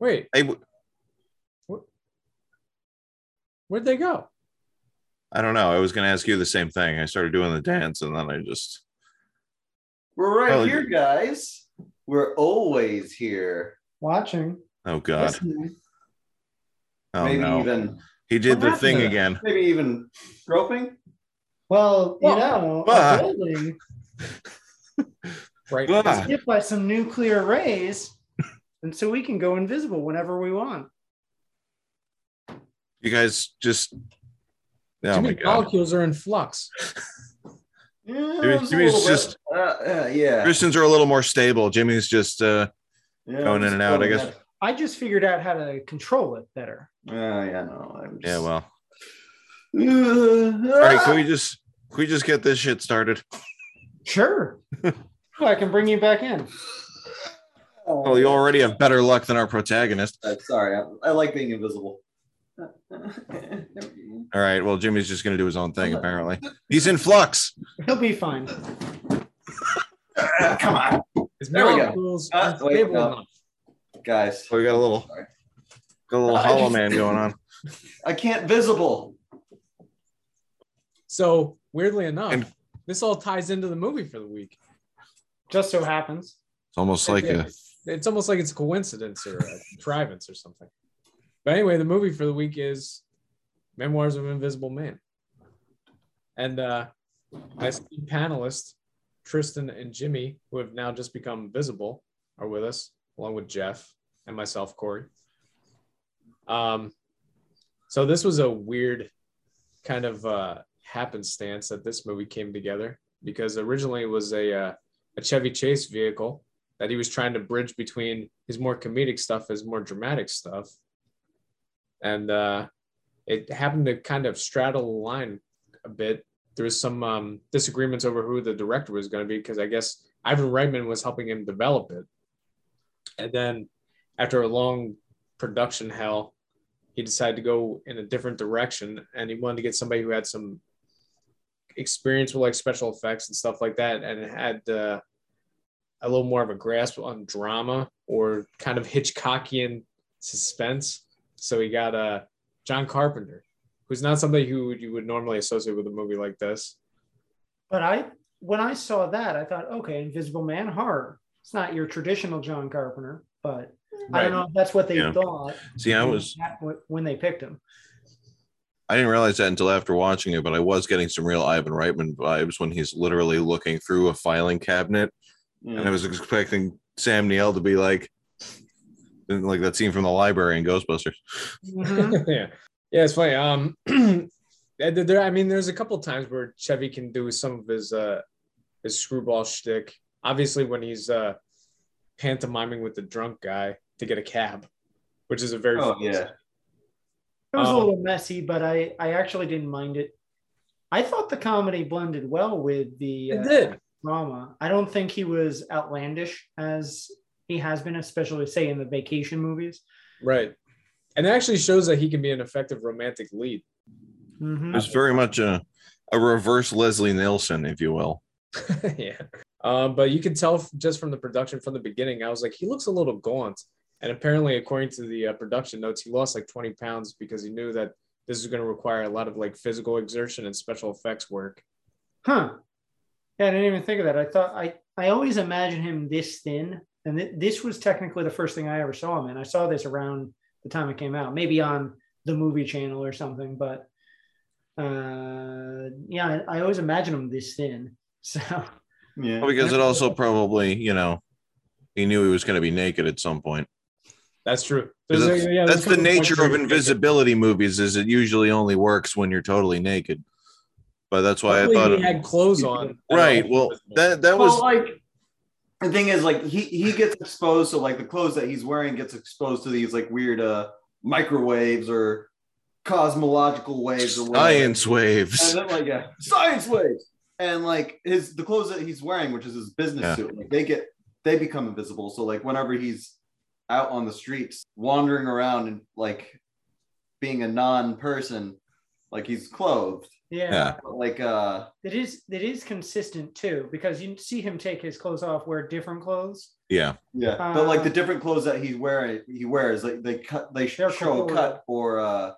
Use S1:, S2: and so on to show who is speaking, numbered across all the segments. S1: Wait,
S2: I, w-
S1: where'd they go?
S2: I don't know. I was going to ask you the same thing. I started doing the dance and then I just,
S3: We're right
S2: Oh,
S3: here, guys. We're always here.
S4: Watching.
S2: oh God.
S4: listening.
S2: Oh
S3: maybe
S2: no.
S3: even
S2: he did
S1: What
S2: the
S1: happened
S2: thing
S1: to that?
S2: again.
S3: maybe even groping.
S4: Well, you
S1: Well,
S4: know,
S2: but-
S4: a building
S1: Right.
S2: Well,
S4: is hit by some nuclear rays, and so we can go invisible whenever we want.
S2: You guys just, oh
S1: Too
S2: my
S1: many
S2: God.
S1: molecules are in flux.
S3: Yeah,
S2: Jimmy-
S3: it's a
S2: Jimmy's
S3: little bit-
S2: just-
S3: uh, uh, yeah.
S2: Christians are a little more stable. Jimmy's just, uh,
S3: Yeah,
S2: going in
S3: just
S2: and out, I
S3: going
S2: guess.
S3: in.
S4: I just figured out how to control it better.
S3: Oh yeah, no. I'm just,
S2: yeah, well,
S3: Uh,
S2: all right. Can we just, can we just get this shit started?
S4: Sure. well, I can bring you back in.
S2: Oh, you already have better luck than our protagonist.
S3: I'm Uh, sorry. I, I like being invisible. All
S2: All right. Well, Jimmy's just going to do his own thing, apparently. He's in flux.
S4: He'll be fine.
S3: Ah, Come on,
S1: Is
S3: There we go.
S1: molecules
S3: Ah,
S1: unstable
S3: wait, no.
S1: enough?
S3: guys.
S2: So we got a little,
S3: Sorry.
S2: got a little
S3: I
S2: hollow
S3: just-
S2: man going on.
S3: I can't visible.
S1: So weirdly enough,
S2: And-
S1: this all ties into the movie for the week.
S4: Just so happens.
S2: It's almost like a,
S1: it's almost like it's a coincidence or a contrivance or something. But anyway, the movie for the week is Memoirs of an Invisible Man. And uh my esteemed panelists, Tristan and Jimmy, who have now just become visible, are with us, along with Jeff and myself, Corey. Um so this was a weird kind of uh happenstance that this movie came together because originally it was a uh, a Chevy Chase vehicle that he was trying to bridge between his more comedic stuff his more dramatic stuff and uh it happened to kind of straddle the line a bit there was some um disagreements over who the director was going to be because i guess ivan reitman was helping him develop it and then after a long production hell he decided to go in a different direction and he wanted to get somebody who had some experience with like special effects and stuff like that and had uh a little more of a grasp on drama or kind of Hitchcockian suspense. So we got uh, John Carpenter, who's not somebody who you would normally associate with a movie like this.
S4: But I, when I saw that, I thought, okay, Invisible Man horror. It's not your traditional John Carpenter, but I don't know if that's what they
S2: Yeah.
S4: thought
S2: see, I was,
S4: when they picked him.
S2: I didn't realize that until after watching it, but I was getting some real Ivan Reitman vibes when he's literally looking through a filing cabinet. And I was expecting Sam Neill to be like, like that scene from the library in Ghostbusters.
S4: Mm-hmm.
S1: yeah, yeah, it's funny. Um, there, there- I mean, there's a couple times where Chevy can do some of his uh, his screwball shtick. Obviously, when he's uh, pantomiming with the drunk guy to get a cab, which is a very
S3: Oh
S1: funny
S3: yeah.
S4: It was
S1: Um,
S4: a little messy, but I I actually didn't mind it. I thought the comedy blended well with the
S1: It
S4: uh,
S1: did.
S4: drama. I don't think he was outlandish as he has been, especially say in the vacation movies.
S1: Right. And it actually shows that he can be an effective romantic lead.
S4: Mhm.
S2: It was very much a, a reverse Leslie Nielsen, if you will.
S1: yeah. Um, but you can tell f- just from the production from the beginning, I was like, he looks a little gaunt. And apparently, according to the uh, production notes, he lost like 20 pounds because he knew that this is going to require a lot of like physical exertion and special effects work.
S4: Huh. Yeah, I didn't even think of that. I thought I I always imagine him this thin, and th- this was technically the first thing I ever saw him in. I saw this around the time it came out, maybe on the movie channel or something. But uh, yeah, I, I always imagine him this thin. So
S3: Yeah.
S2: Well, because it also probably, you know, he knew he was going to be naked at some point.
S1: That's true. There's
S2: That's,
S1: a- yeah, there's
S2: that's
S1: a
S2: the
S1: couple points
S2: nature of
S1: where-
S2: invisibility movies is it usually only works when you're totally naked. But that's why
S1: Luckily,
S2: I thought
S1: he had clothes on.
S2: right. Well, that that
S3: well,
S2: was
S3: like the thing is, like he he gets exposed to like the clothes that he's wearing gets exposed to these like weird uh microwaves or cosmological waves or whatever.
S2: science waves.
S3: And then like yeah, science waves. And like his the clothes that he's wearing, which is his business
S2: Yeah.
S3: suit, like they get they become invisible. So like whenever he's out on the streets wandering around and like being a non-person, like he's clothed.
S4: Yeah.
S2: Yeah.
S3: But like uh
S4: That is that is consistent too, because you see him take his clothes off, wear different clothes.
S2: Yeah.
S3: yeah, but like the
S4: Um,
S3: different clothes that he's wearing, he wears like they cut they show
S4: They're
S3: a
S4: cool.
S3: cut or uh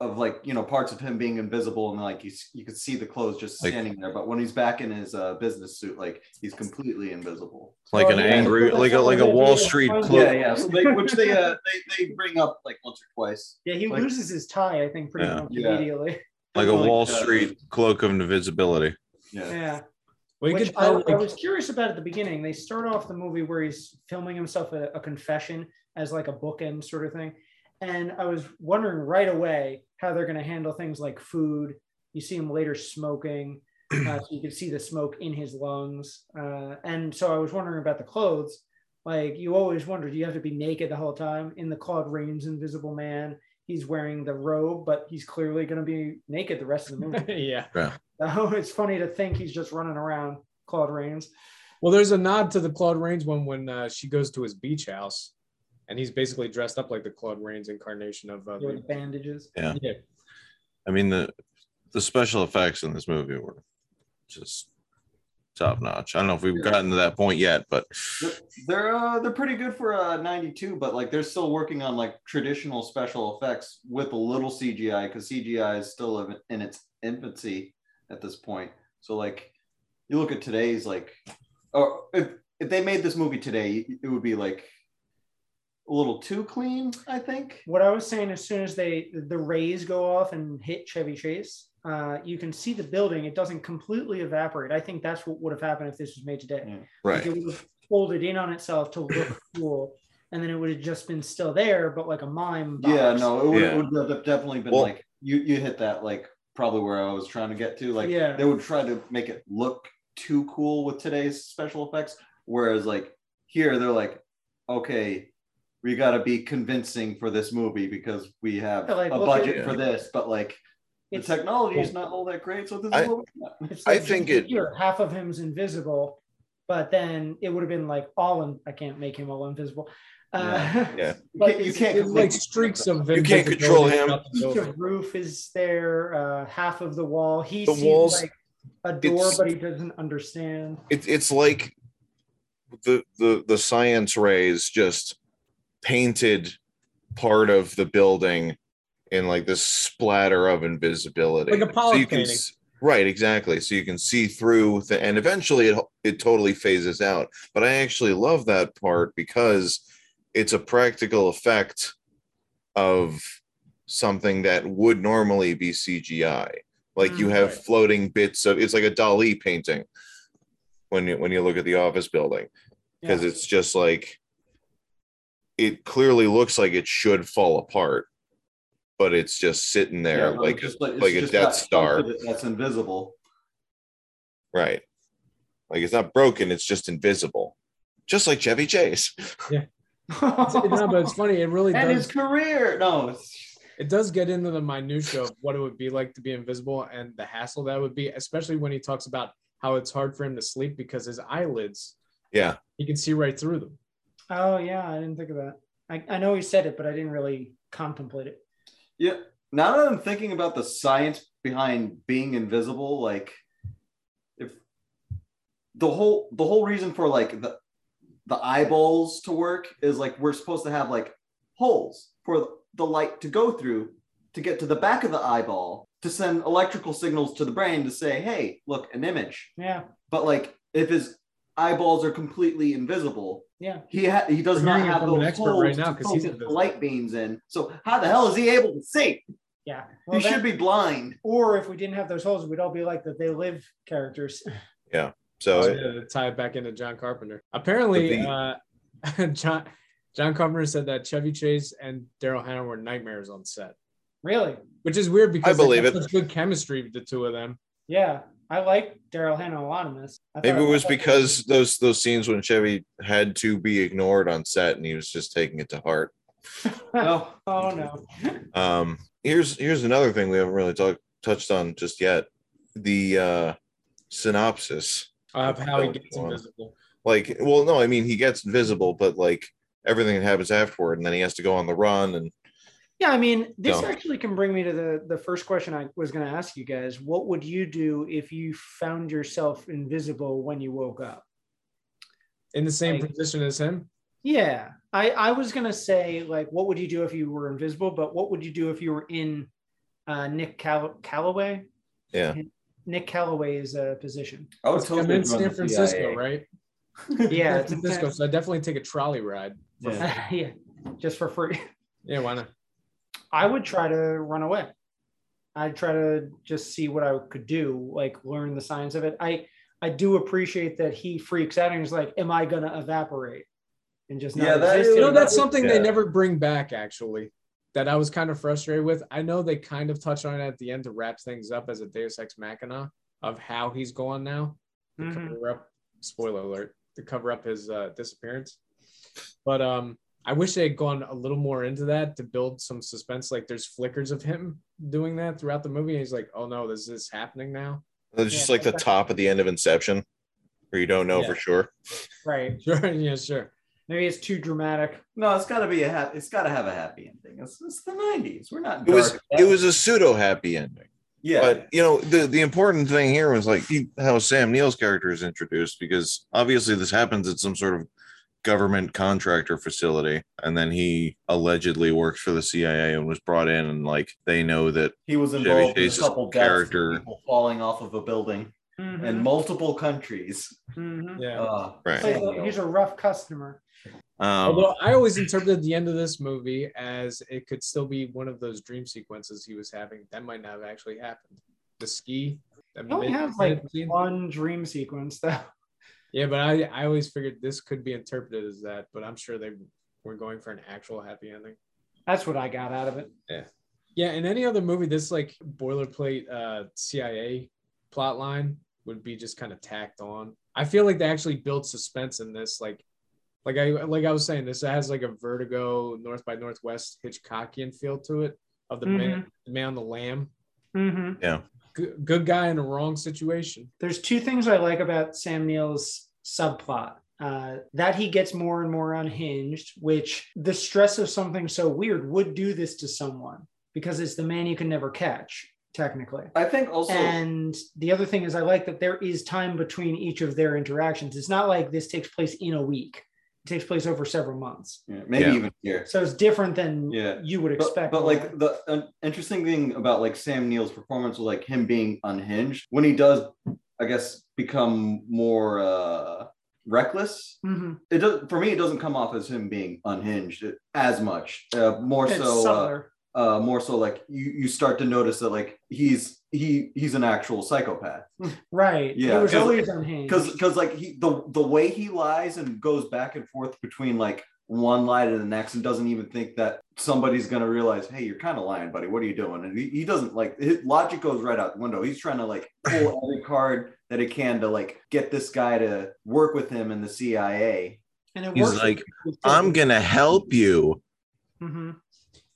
S3: of like you know parts of him being invisible and like you s- you could see the clothes just
S2: Like-
S3: standing there. But when he's back in his uh business suit, like he's completely invisible.
S2: Like an
S4: Oh, yeah.
S2: angry,
S4: That's
S2: like a
S4: what
S2: like a
S4: they do.
S2: Wall Street
S4: Yeah,
S2: clo-
S3: Yeah, yeah. So they, which they uh they, they bring up like once or twice.
S4: Yeah, he
S3: Like-
S4: loses his tie, I think, pretty
S2: Yeah.
S4: much
S3: Yeah.
S4: immediately.
S2: like a Wall
S3: uh,
S2: Street cloak of invisibility.
S3: Yeah.
S4: Yeah.
S1: Well, you
S4: Which
S1: could
S4: I,
S1: tell,
S4: I
S1: like,
S4: was curious about at the beginning. They start off the movie where he's filming himself a, a confession as like a bookend sort of thing. And I was wondering right away how they're going to handle things like food. You see him later smoking. Uh, so you could see the smoke in his lungs. Uh, and so I was wondering about the clothes. Like you always wonder, do you have to be naked the whole time? In the Claude Rains Invisible Man, he's wearing the robe, but he's clearly going to be naked the rest of the movie.
S1: yeah.
S4: so it's funny to think he's just running around Claude Rains.
S1: Well, there's a nod to the Claude Rains one when uh, she goes to his beach house, and he's basically dressed up like the Claude Rains incarnation of. Uh,
S4: you know, the
S1: the-
S4: bandages.
S2: Yeah.
S1: yeah.
S2: I mean the the special effects in this movie were just top notch. I don't know if we've
S3: Yeah.
S2: gotten to that point yet, but
S3: They're uh, they're pretty good for uh, 92, but like they're still working on like traditional special effects with a little CGI because CGI is still in- in its infancy at this point. So like you look at today's like, or if if they made this movie today, it would be like a little too clean, I think.
S4: What I was saying, as soon as they the rays go off and hit Chevy Chase, uh, you can see the building. It doesn't completely evaporate. I think that's what would have happened if this was made today.
S3: Yeah.
S4: Like, it would have folded in on itself to look cool, and then it would have just been still there, but like a mime. box.
S3: Yeah, no, it would,
S2: Yeah.
S3: it would have definitely been
S2: Well-
S3: like you you hit that like probably where I was trying to get to. Like
S4: Yeah.
S3: they would try to make it look too cool with today's special effects, whereas like here they're like, okay, we got to be convincing for this movie because we have
S4: Yeah, like,
S3: a
S4: look
S3: budget
S2: at-
S3: for this, but like
S4: It's-
S3: the technology is not all that great, so this
S2: I-
S3: is what we got.
S4: It's
S2: I
S4: like
S2: think
S4: just
S2: it-
S4: here, half of him's invisible, but then it would have been like all in. I can't make him all invisible. Uh,
S3: Yeah.
S2: Yeah.
S3: You
S4: But
S3: can't, you
S4: it's-
S3: can't
S1: It's like
S3: completely-
S1: streaks of.
S2: You can't control
S1: invisibility
S2: him.
S1: throughout the
S4: Each
S1: building.
S4: of roof is there. Uh, half of the wall. He
S2: The
S4: sees
S2: walls-
S4: like a door,
S2: it's-
S4: but he doesn't understand.
S2: it, it's like the the the science rays just painted part of the building in like this splatter of invisibility
S1: Like a
S2: so you
S1: Pollock
S2: can,
S1: painting.
S2: s- right exactly so you can see through the, and eventually it, it totally phases out but i actually love that part because it's a practical effect of something that would normally be cgi like you
S4: Mm,
S2: have
S1: right.
S2: floating bits of it's like a dali painting when you when you look at the office building because
S4: Yeah.
S2: it's just like it clearly looks like it should fall apart but it's just sitting
S3: Yeah,
S2: there
S3: no,
S2: like
S3: just
S2: a,
S3: it's
S2: like a
S3: just
S2: death
S3: that
S2: star
S3: chunk of it that's invisible.
S2: right like it's not broken it's just invisible just like chevy chase
S1: no, but it's funny. It really
S3: And
S1: does.
S3: his career, no, it's
S1: It does get into the minutia of what it would be like to be invisible and the hassle that would be, especially when he talks about how it's hard for him to sleep because his eyelids,
S2: yeah
S1: he can see right through them.
S4: oh yeah, I didn't think of that. I, I know he said it, but I didn't really contemplate it.
S3: Yeah. Now that I'm thinking about the science behind being invisible, like if the whole the whole reason for like the the eyeballs to work is like we're supposed to have like holes for the light to go through to get to the back of the eyeball to send electrical signals to the brain to say, hey, look, an image.
S4: Yeah,
S3: But like if his eyeballs are completely invisible,
S4: yeah.
S3: he ha- he does
S1: We're
S3: not
S1: hearing it
S3: have
S1: from
S3: those
S1: an expert
S3: holes
S1: right now
S3: to
S1: 'cause he's
S3: focus the
S1: invisible.
S3: light beams in. So how the hell is he able to see?
S4: Yeah. Well,
S3: you
S4: that-
S3: should be blind.
S4: Or if we didn't have those holes, we'd all be like the They Live characters.
S2: so
S1: Oh,
S2: it-
S1: yeah, to tie it back into John Carpenter. Apparently, uh, John John Carpenter said that Chevy Chase and Daryl Hannah were nightmares on set,
S4: really?
S1: which is weird because they
S2: believe
S1: had
S2: it.
S1: such good chemistry the two of them.
S4: Yeah. I like Daryl Hannah a lot in this. I
S2: maybe
S4: thought-
S2: it was
S4: I thought-
S2: because those those scenes when chevy had to be ignored on set and he was just taking it to heart
S3: No.
S4: Oh no.
S2: Um, here's here's another thing we haven't really talked touched on just yet. The uh synopsis.
S1: Of how he gets
S2: Wow.
S1: invisible.
S2: Like, well, no, I mean he gets invisible, but like everything that happens afterward, and then he has to go on the run and
S4: Yeah, I mean, this
S2: Don't.
S4: actually can bring me to the the first question I was going to ask you guys. What would you do if you found yourself invisible when you woke up?
S1: in the same
S4: Like-
S1: position as him.
S4: Yeah, I I was going to say like, what would you do if you were invisible? But what would you do if you were in uh, Nick Call- Calloway?
S2: Yeah.
S4: Nick Calloway's uh, position.
S3: I would
S1: I'm
S3: totally
S1: in
S3: join the
S1: San Francisco,
S3: CIA.
S1: right?
S4: Yeah,
S1: San Francisco.
S4: it's-
S1: So I definitely take a trolley ride.
S3: Yeah.
S4: yeah, just for free.
S1: Yeah, why not?
S4: I would try to run away. I'd try to just see what I could do, like learn the science of it. I I do appreciate that he freaks out and he's like, "Am I gonna evaporate?" And just not
S3: Yeah, that
S4: exist
S3: is-
S1: You know,
S4: anymore.
S1: that's something they
S3: Yeah.
S1: never bring back actually. That I was kind of frustrated with. I know they kind of touch on it at the end to wrap things up as a Deus Ex Machina of how he's going now. to
S4: Mhm.
S1: cover up spoiler alert to cover up his uh, disappearance but um i wish they had gone a little more into that to build some suspense like there's flickers of him doing that throughout the movie and he's like oh no this is happening now
S2: It's just
S4: Yeah.
S2: like the top at the end of Inception, where you don't know
S1: Yeah.
S2: for sure.
S4: Right?
S1: sure yeah sure
S4: Maybe it's too dramatic.
S3: No, it's got to be a happy. It's got to have a happy ending. It's, it's the '90s. We're not.
S2: It was
S3: dark.
S2: it was a pseudo happy ending.
S3: Yeah.
S2: But you know, the, the important thing here was like he, how Sam Neill's character is introduced because obviously this happens at some sort of government contractor facility, and then he allegedly works for the CIA and was brought in, and like they know that
S3: he was
S2: Chevy
S3: involved in a
S2: Chase's
S3: couple deaths,
S2: character-
S3: character people falling off of a building in
S4: Mm-hmm.
S3: multiple countries.
S4: Mhm.
S1: yeah
S3: Uh,
S2: Right.
S4: He's a- he's a rough customer.
S2: um,
S1: although i always interpreted the end of this movie as it could still be one of those dream sequences he was having that might not have actually happened the ski that
S4: He only
S1: mid-
S4: has like
S1: scene.
S4: one dream sequence though.
S1: yeah but i i always figured this could be interpreted as that but i'm sure they were going for an actual happy ending
S4: That's what I got out of it.
S1: Yeah, in any other movie, this like boilerplate uh, CIA plot line would be just kind of tacked on. I feel like they actually build suspense in this, like, like I like I was saying, this has like a Vertigo, North by Northwest Hitchcockian feel to it of the
S3: Mm-hmm.
S1: man, the man on the lamb,
S4: Mm-hmm.
S1: good, good guy in a wrong situation.
S4: there's two things I like about Sam Neill's subplot. Uh, that he gets more and more unhinged, which the stress of something so weird would do this to someone because it's the man you can never catch, technically.
S3: I think also.
S4: And the other thing is, I like that there is time between each of their interactions. It's not like this takes place in a week, it takes place over several months.
S3: Yeah, maybe
S2: Yeah.
S3: even here.
S4: So it's different than
S3: Yeah.
S4: you would
S3: But,
S4: expect.
S3: but like the an interesting thing about like Sam Neill's performance was like him being unhinged when he does, I guess, become more uh reckless.
S4: Mhm.
S3: It does for me. It doesn't come off as him being unhinged as much. Uh, more
S4: it's
S3: so, uh,
S4: subtler.
S3: uh, more so like you you start to notice that like he's he he's an actual psychopath.
S4: right.
S3: yeah,
S4: He was
S3: 'cause-
S4: always unhinged.
S3: because because like he the the way he lies and goes back and forth between like one lie to the next and doesn't even think that somebody's gonna realize hey you're kind of lying buddy what are you doing and he, he doesn't like his logic goes right out the window he's trying to like pull every card that he can to like get this guy to work with him in the cia
S4: and it
S2: he's
S4: works
S2: like, I'm gonna help you,
S4: hmm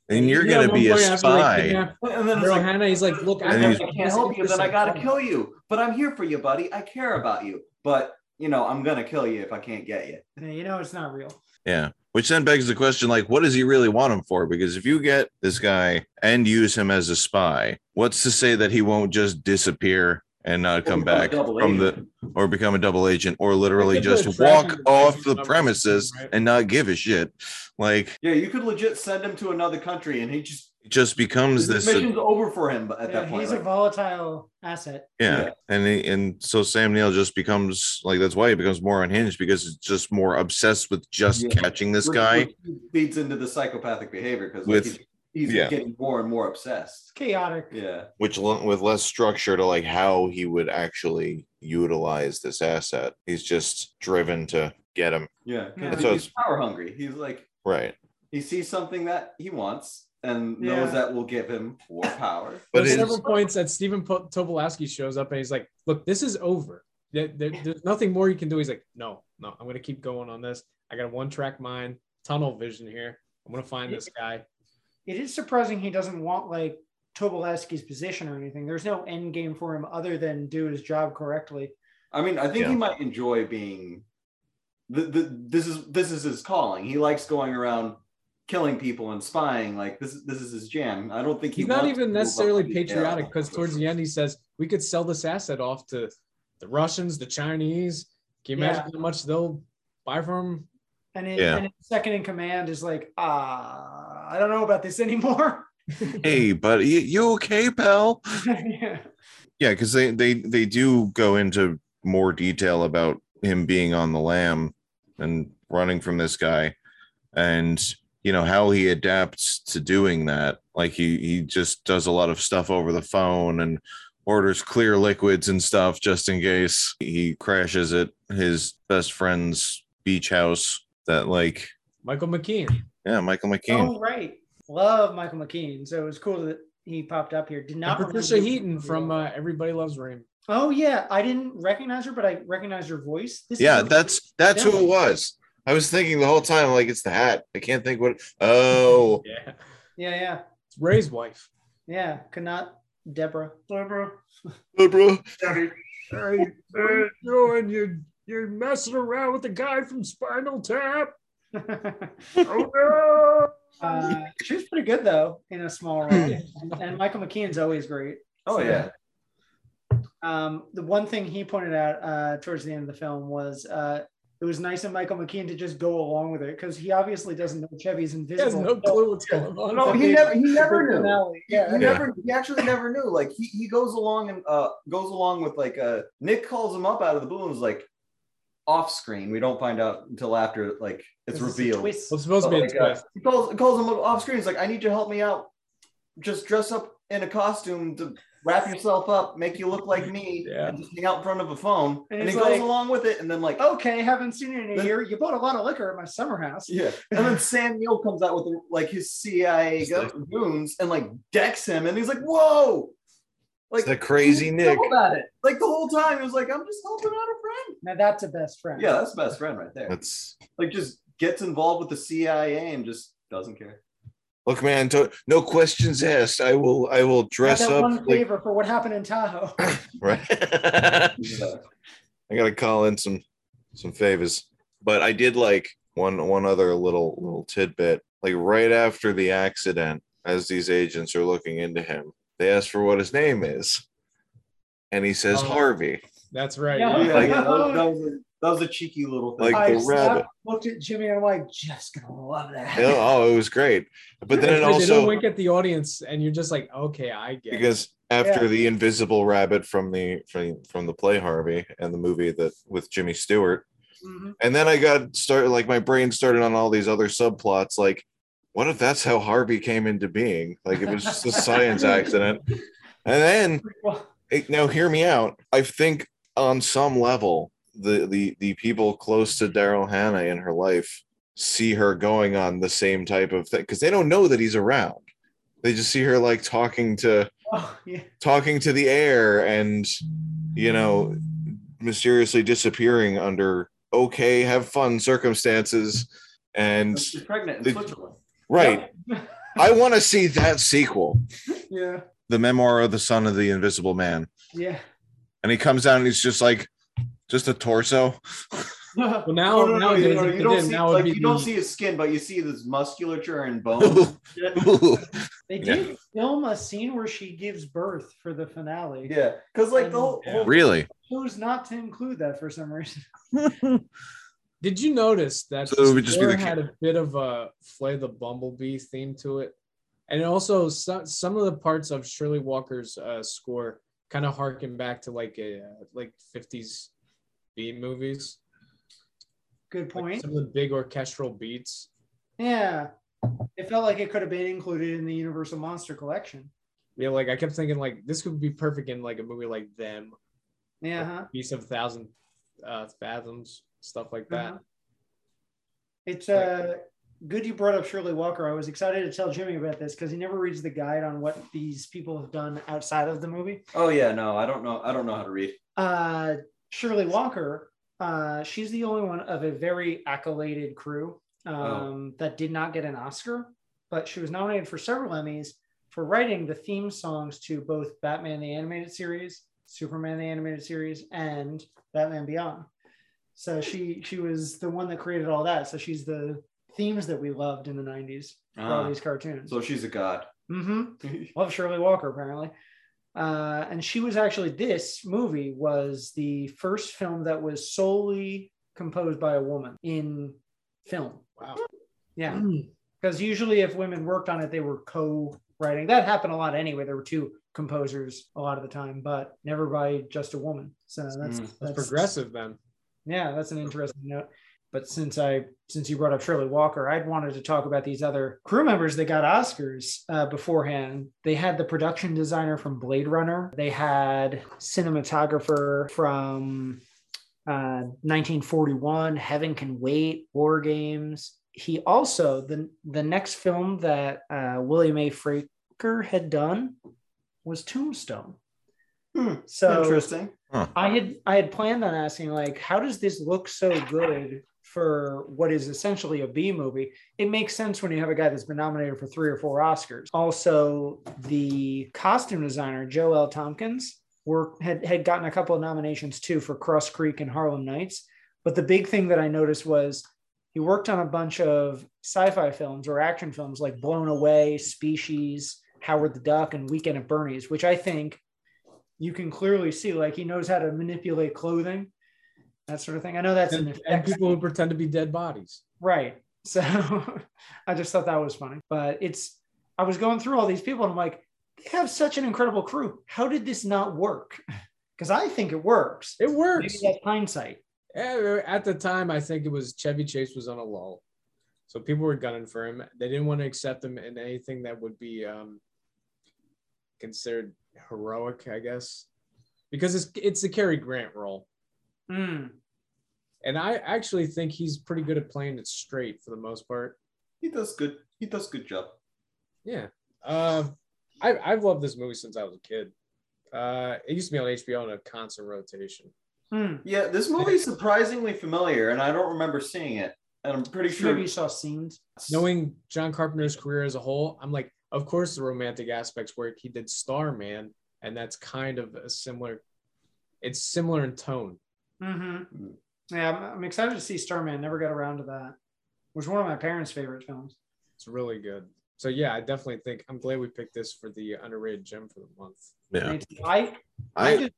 S2: and you're
S1: Yeah,
S2: gonna
S1: at
S2: be a
S1: one point after they
S2: spy.
S1: kidnap
S3: and then it's
S1: Daryl
S3: like
S1: Hannah, he's like, look,
S2: And
S3: I,
S2: he's-
S1: have
S3: I can't help you then i
S4: um,
S3: gotta kill you but i'm here for you buddy i care about you but you know i'm gonna kill you if i can't get you
S4: You know, it's not real.
S2: Yeah. Which then begs the question, like, what does he really want him for? Because if you get this guy and use him as a spy, what's to say that he won't just disappear and not come
S3: Become a
S2: back
S3: double
S2: from
S3: agent.
S2: the or become a double agent or literally
S1: Like, they put a
S2: just
S1: tracking
S2: walk
S1: device
S2: off
S1: on
S2: the
S1: top of
S2: premises
S1: him, right?
S2: and not give a shit? Like,
S3: Yeah, you could legit send him to another country, and he just
S2: it just becomes
S3: his
S2: this,
S3: mission's over for him at
S4: Yeah,
S3: that point.
S4: he's a
S3: Like,
S4: volatile asset.
S2: yeah.
S3: yeah.
S2: And he, and so Sam Neill just becomes like that's why he becomes more unhinged because it's just more obsessed with just
S3: Yeah.
S2: catching this
S3: which-
S2: guy.
S3: which leads into the psychopathic behavior because
S2: With-
S3: he's, he's
S2: yeah.
S3: getting more and more obsessed.
S4: Chaotic.
S3: Yeah,
S2: which le- with less structure to like how he would actually utilize this asset. He's just driven to get him.
S3: yeah. 'cause
S4: Yeah.
S3: he's
S2: So it's-
S3: power hungry. He's like
S2: Right.
S3: he sees something that he wants and
S4: Yeah.
S3: knows that will give him more power.
S2: But
S1: There's
S2: his-
S1: several points that Stephen Po- Tobolowsky shows up and he's like, "Look, this is over. There- there- there's nothing more you can do." He's like, "No, no, I'm gonna keep going on this. I got a one-track mind, tunnel vision here. I'm gonna find this guy."
S4: It is surprising he doesn't want like Tobolowsky's position or anything. There's no end game for him other than do his job correctly.
S3: I mean, I think
S2: Yeah.
S3: he might enjoy being. The, the, this is this is his calling. He likes going around killing people and spying. Like this, this is his jam. I don't think he
S1: He's not
S3: wants to
S1: even
S3: move up
S1: necessarily
S3: to the era.
S1: patriotic because towards the end he says we could sell this asset off to the Russians, the Chinese. Can you imagine how much they'll buy from?
S4: And, it,
S2: Yeah.
S4: and his second in command is like, ah, I don't know about this anymore.
S2: Hey, buddy, you- you okay, pal?
S4: yeah.
S2: Yeah, because they they they do go into more detail about him being on the lam and running from this guy, and you know how he adapts to doing that. Like he he just does a lot of stuff over the phone and orders clear liquids and stuff just in case he crashes at his best friend's beach house. That like
S1: Michael McKean.
S2: yeah, Michael McCain.
S4: Oh, right. Love Michael McKean. So it was cool that he popped up here. Did not
S1: And
S4: remember
S1: Patricia
S4: him.
S1: Heaton from uh, Everybody Loves Raymond.
S4: Oh yeah, I didn't recognize her, but I recognized her voice. This is
S2: Yeah,
S4: her-
S2: that's that's who it was. I was thinking the whole time like it's the hat. I can't think what. Oh.
S1: Yeah.
S4: yeah, yeah,
S1: It's Ray's wife.
S4: yeah. Could not Deborah. Deborah.
S2: bro.
S1: Hey, what are you doing? You, you're messing around with the guy from Spinal Tap. Oh, no.
S4: uh, she was pretty good though in a small role, and, and Michael McKean's always great.
S3: Oh yeah.
S4: Um, the one thing he pointed out uh, towards the end of the film was uh, it was nice of Michael McKean to just go along with it because he obviously doesn't know Chevy's
S1: He has
S4: invisible.
S1: no clue what's going on.
S3: No, Oh, he never, he never knew.
S4: Yeah,
S3: He never he actually never knew. Like he, he goes along and uh goes along with like uh Nick calls him up out of the blue and is like off screen. We don't find out until after like it's
S4: This is a
S3: revealed.
S4: twist.
S1: Well, it's supposed to be a
S3: Like, uh,
S1: twist.
S3: he calls he calls him up off screen. He's like, I need you to help me out. Just dress up in a costume to wrap yourself up, make you look like me,
S1: Yeah.
S3: and just hang out in front of a phone.
S4: And
S3: And,
S4: he's
S3: he goes
S4: like-
S3: along with it, and then like, oh
S4: Okay, haven't seen it in a year. You bought a lot of liquor at my summer house.
S3: yeah. And then Sam Neill comes out with like his CIA
S2: It's
S3: go- goons and like decks him, and he's like, whoa. Like
S2: The crazy
S3: he didn't
S2: Nick.
S3: know about it. Like the whole time, he was like, I'm just helping out a friend.
S4: Now that's a best friend.
S3: Yeah, that's best friend right there.
S2: That's
S3: Like just gets involved with the CIA and just doesn't care.
S2: look, man. do no questions asked. I will. I will
S4: Got
S2: dress
S4: that
S2: up
S4: one
S2: like
S4: flavor for what happened in Tahoe.
S2: right. I gotta call in some some favors, but I did like one one other little little tidbit. Like right after the accident, as these agents are looking into him, they ask for what his name is, and he says
S1: Oh.
S2: Harvey.
S1: That's right.
S4: Yeah.
S3: Yeah,
S1: Yeah.
S3: yeah, that, was, that, was a, that was a cheeky little thing.
S2: Like
S4: I
S2: the
S4: stopped,
S2: rabbit.
S4: looked at Jimmy and I'm like, just gonna love that.
S2: Yeah, oh, it was great. But then
S1: They
S2: it
S1: don't
S2: also
S1: wink at the audience, and you're just like, okay, I get it.
S2: because after the invisible rabbit from the from, from the play Harvey and the movie that with Jimmy Stewart,
S4: Mhm.
S2: and then I got started like my brain started on all these other subplots. Like, what if that's how Harvey came into being? Like it was just a science accident. And then
S4: Well,
S2: it- now hear me out. I think on some level, the the the people close to Daryl Hannah in her life see her going on the same type of thing because they don't know that he's around. They just see her like talking to
S4: oh, yeah.
S2: talking to the air and you know mysteriously disappearing under okay have fun circumstances and
S3: She's pregnant in
S2: Did-
S3: Switzerland.
S2: right i want to see that sequel
S4: Yeah.
S2: the memoir of the son of the invisible man
S4: Yeah.
S2: and he comes out and he's just like just a torso
S1: Well, now,
S3: no, no, no,
S1: nowadays,
S3: you, know,
S1: if
S3: you
S1: they
S3: don't
S1: did,
S3: see
S1: now it would
S3: like
S1: be
S3: you don't
S1: the-
S3: see his skin, but you see this musculature and bones.
S2: Yeah.
S4: They did film a scene where she gives birth for the finale.
S3: yeah, because like the whole,
S1: Mm, Yeah.
S3: whole-
S2: really
S4: Chose not to include that for some reason.
S1: Did you notice that
S2: So it would just be
S1: score
S2: the
S1: had a bit of a Flay the Bumblebee theme to it, and also some some of the parts of Shirley Walker's uh, score kind of harken back to like a uh, like fifties beat movies.
S4: Good
S1: Like,
S4: point.
S1: some of the big orchestral beats.
S4: Yeah. It felt like it could have been included in the Universal Monster Collection.
S1: Yeah, like I kept thinking like this could be perfect in like a movie like Them,
S4: Yeah. huh
S1: Piece of Thousand uh, Fathoms, stuff like that.
S4: Uh-huh. It's uh, good you brought up Shirley Walker. I was excited to tell Jimmy about this because he never reads the guide on what these people have done outside of the movie.
S3: oh yeah, no, I don't know, I don't know how to read.
S4: Uh, Shirley Walker, uh, she's the only one of a very accoladed crew um,
S3: Oh.
S4: that did not get an Oscar, but she was nominated for several Emmys for writing the theme songs to both Batman the Animated Series, Superman the Animated Series, and Batman Beyond. So she she was the one that created all that. So she's the themes that we loved in the 90s for all
S3: Ah.
S4: these cartoons.
S3: So she's a god.
S4: hmm Love Shirley Walker, apparently. Uh, and she was actually, this movie was the first film that was solely composed by a woman in film.
S1: Wow. Hmm.
S4: Yeah. Because usually, if women worked on it, they were co writing. That happened a lot anyway. There were two composers a lot of the time, but never by just a woman. So that's,
S3: Mm,
S4: that's,
S1: Hmm. That's progressive then.
S4: yeah, that's an interesting note. But since I since you brought up Shirley Walker, I'd wanted to talk about these other crew members that got Oscars uh, beforehand. They had the production designer from Blade Runner. They had cinematographer from uh, 1941, Heaven Can Wait, War Games. He also the the next film that uh, William A. Fraker had done was Tombstone.
S3: Hmm,
S4: So
S3: Interesting.
S4: I had I had planned on asking like, how does this look so good for what is essentially a B movie? It makes sense when you have a guy that's been nominated for three or four Oscars. Also, the costume designer Joel Tompkins worked had had gotten a couple of nominations too for Cross Creek and Harlem Nights. But the big thing that I noticed was he worked on a bunch of sci-fi films or action films like Blown Away, Species, Howard the Duck, and Weekend at Bernie's, which I think you can clearly see like he knows how to manipulate clothing, that sort of thing. I know that's an
S1: And, and
S4: effects-
S1: people who pretend to be dead bodies.
S4: right. So I just thought that was funny. But it's I was going through all these people and I'm like, they have such an incredible crew. How did this not work? Because I think it works.
S1: It
S4: Maybe
S1: works.
S4: that's hindsight.
S1: Eh, At the time, I think it was Chevy Chase was on a lull. So people were gunning for him. They didn't want to accept him in anything that would be um, considered heroic, I guess, because it's it's the Cary Grant role.
S4: Mm.
S1: And I actually think he's pretty good at playing it straight for the most part.
S3: He does good. He does good job.
S1: Yeah. Uh, I, I've loved this movie since I was a kid. Uh, it used to be on HBO in a constant rotation.
S4: Mm.
S3: Yeah, this movie is surprisingly familiar, and I don't remember seeing it. And I'm pretty sure.
S4: Maybe you saw scenes.
S1: Knowing John Carpenter's career as a whole, I'm like, of course, the romantic aspects work. He did Starman, and that's kind of a similar. It's similar in tone.
S4: Mm-hmm. Yeah, I'm, I'm excited to see Starman. Never got around to that. It was one of my parents' favorite films.
S1: It's really good. So yeah, I definitely think I'm glad we picked this for the underrated gem for the month.
S2: Yeah.
S4: I I,
S2: I
S4: just,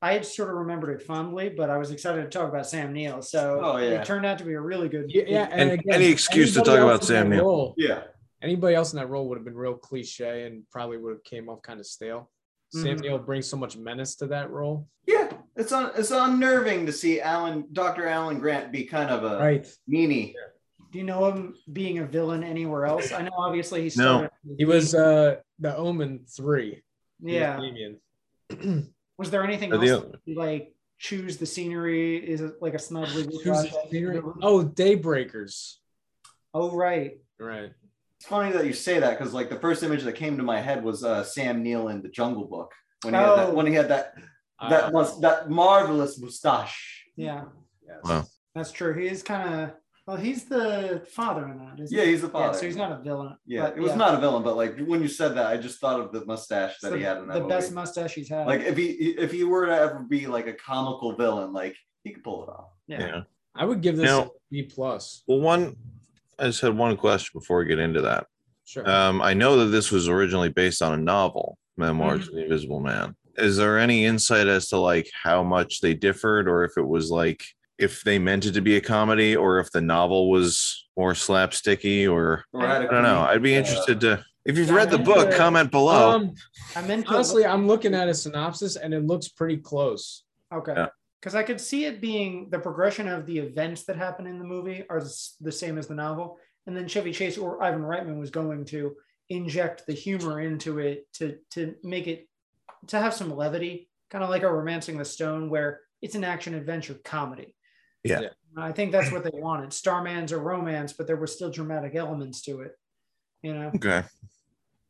S4: I had sort of remembered it fondly, but I was excited to talk about Sam Neill. So
S3: Oh, yeah.
S4: it turned out to be a really good.
S1: Yeah, yeah and,
S2: And
S1: again,
S2: any excuse to
S1: anybody
S2: talk
S1: else
S2: about
S1: in
S2: Sam
S1: that
S2: Neill.
S1: role-
S3: Yeah.
S1: Anybody else in that role would have been real cliche and probably would have came off kind of stale. Sam
S4: Mhm.
S1: Neill brings so much menace to that role.
S3: Yeah, it's un- it's unnerving to see Alan, Dr. Alan Grant, be kind of a
S1: Right.
S3: meanie.
S4: Do you know him being a villain anywhere else? I know, obviously, he's
S2: No.
S1: He was uh the Omen three. He was
S4: Yeah.
S1: Damien.
S4: Was there anything
S2: Uh, the-
S4: else? Like choose the scenery is it like a snub? legal
S1: Who's the
S4: project?
S1: theory? Oh, Daybreakers.
S4: oh, right.
S1: Right.
S3: It's funny that you say that because like the first image that came to my head was uh, Sam Neill in The Jungle Book when he had
S4: Oh.
S3: that when he had that
S1: Uh,
S3: that mus- that marvelous mustache.
S4: Yeah,
S1: yes.
S2: Wow.
S4: that's true. He is kind of well. He's the father in that. Isn't he?
S3: Yeah, he's the father.
S4: Yeah, so he's not a villain.
S3: Yeah,
S4: but
S3: it was not a villain, but like when you said that, I just thought of the mustache
S4: it's
S3: that
S4: the,
S3: he had in that
S4: the
S3: movie.
S4: best mustache he's had.
S3: like if he if he were to ever be like a comical villain, like he could pull it off.
S2: yeah.
S1: I would give this
S2: Now-
S1: a B plus.
S2: Well, one. I just had one question before we get into that.
S1: Sure.
S2: Um, I know that this was originally based on a novel, Memoirs
S4: Mm-hmm.
S2: of the Invisible Man. Is there any insight as to like how much they differed, or if it was like if they meant it to be a comedy, or if the novel was more slapsticky, or
S3: Or had a
S2: I don't know. I'd be
S3: Uh,
S2: interested to if you've
S4: Yeah,
S2: read the book,
S1: uh,
S2: comment below.
S1: Um,
S4: I meant to
S1: honestly, I'm looking at a synopsis and it looks pretty close.
S4: Okay.
S2: Yeah.
S4: Because I could see it being the progression of the events that happen in the movie are s- the same as the novel. And then Chevy Chase or Ivan Reitman was going to inject the humor into it to, to make it, to have some levity, kind of like a Romancing the Stone, where it's an action adventure comedy.
S2: Yeah.
S1: Yeah.
S4: I think that's what they wanted. Starman's a romance, but there were still dramatic elements to it. You know,
S2: okay.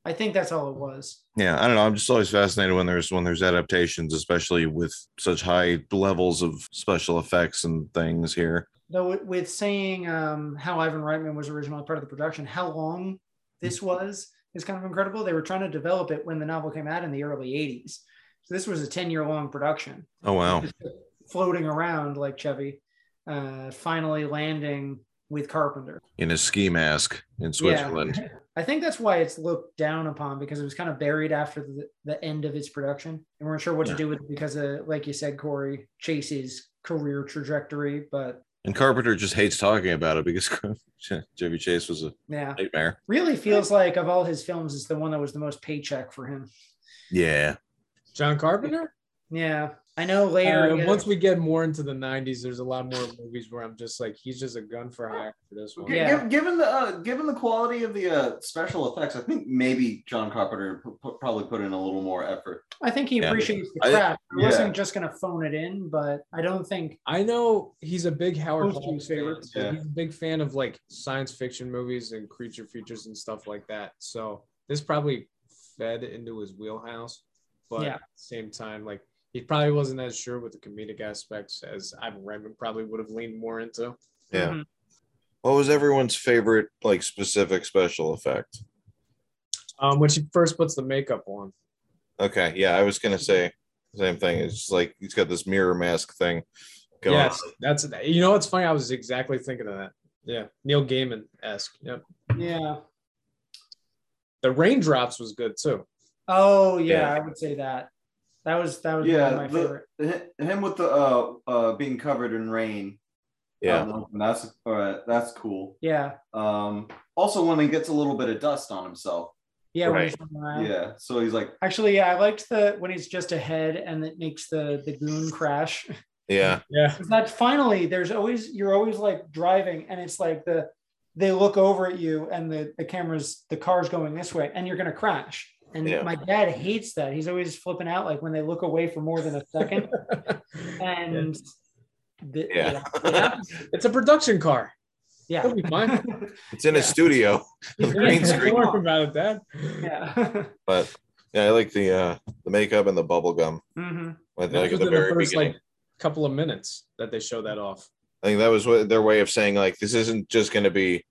S4: I think that's all it was.
S2: Yeah, I don't know. I'm just always fascinated when there's when there's adaptations, especially with such high levels of special effects and things here.
S4: though with- with saying um, how Ivan Reitman was originally part of the production, how long this was is kind of incredible. They were trying to develop it when the novel came out in the early 80s. So this was a 10 year long production
S2: Oh wow.
S4: floating around like Chevy, uh, finally landing with Carpenter.
S2: in a ski mask in Switzerland.
S4: Yeah. I think that's why it's looked down upon because it was kind of buried after the, the end of its production and weren't sure what
S2: Yeah.
S4: to do with it because of, like you said, Corey, Chase's career trajectory. But
S2: And Carpenter just hates talking about it because Chevy Chase was a
S4: yeah,
S2: nightmare.
S4: really feels like of all his films, it's the one that was the most paycheck for him.
S2: Yeah.
S1: John Carpenter?
S4: Yeah. I know later.
S1: Uh,
S4: yeah.
S1: Once we get more into the 90s, there's a lot more movies where I'm just like, he's just a gun for hire for this one.
S3: G-
S4: Yeah.
S3: giv- Given the uh, given the quality of the uh, special effects, I think maybe John Carpenter p- p- probably put in a little more effort.
S4: I think he
S2: Yeah.
S4: appreciates the
S2: I-
S4: craft. I,
S3: yeah.
S4: wasn't just going to phone it in, but I don't think
S1: I know he's a big Howard
S4: Those are
S1: Hawks
S4: his
S1: fan,
S4: favorites.
S1: so
S3: Yeah.
S1: He's a big fan of like science fiction movies and creature features and stuff like that. So this probably fed into his wheelhouse, but
S4: Yeah.
S1: at the same time, like he probably wasn't as sure with the comedic aspects as Ivan Reitman probably would have leaned more into.
S2: Yeah.
S3: Mm-hmm.
S4: Mhm.
S2: What was everyone's favorite, like, specific special effect?
S1: Um, when she first puts the makeup on,
S2: Okay. Yeah. I was going to say the same thing. It's just like he's got this mirror mask thing going
S1: yes,
S2: on.
S1: that's you know what's funny. I was exactly thinking of that. Yeah, Neil Gaiman esque. Yep.
S4: Yeah.
S1: The raindrops was good too.
S4: Oh yeah,
S2: Yeah.
S4: I would say that. That was that was
S3: Yeah,
S4: one of my
S3: the-
S4: favorite.
S3: Hi- Him with the uh, uh, being covered in rain.
S2: Yeah.
S3: um, that's uh, that's cool.
S4: Yeah.
S3: Um, also, when he gets a little bit of dust on himself.
S4: Yeah. when
S2: Right.
S4: he's running around.
S3: Yeah, so he's like,
S4: Actually, yeah, I liked the when he's just ahead and it makes the the goon crash.
S2: yeah.
S1: Yeah,
S4: 'Cause that finally there's always you're always like driving and it's like the they look over at you and the the camera's the car's going this way and you're gonna crash. And
S2: Yeah.
S4: my dad hates that. He's always flipping out like when they look away for more than a second. and the-
S2: Yeah.
S4: it happens.
S1: it's a production car.
S4: yeah.
S1: It'll be fine.
S2: It's in
S4: Yeah.
S2: a studio,
S4: yeah.
S2: green
S1: Don't
S2: screen.
S1: worry about it, Dad.
S4: Yeah.
S2: but yeah, I like the uh the makeup and the bubble gum.
S4: hmm
S2: Like,
S1: That
S2: like at
S1: was
S2: the
S1: in the
S2: very
S1: first
S2: beginning.
S1: like couple of minutes that they show that off.
S2: I think that was what their way of saying like this isn't just going to be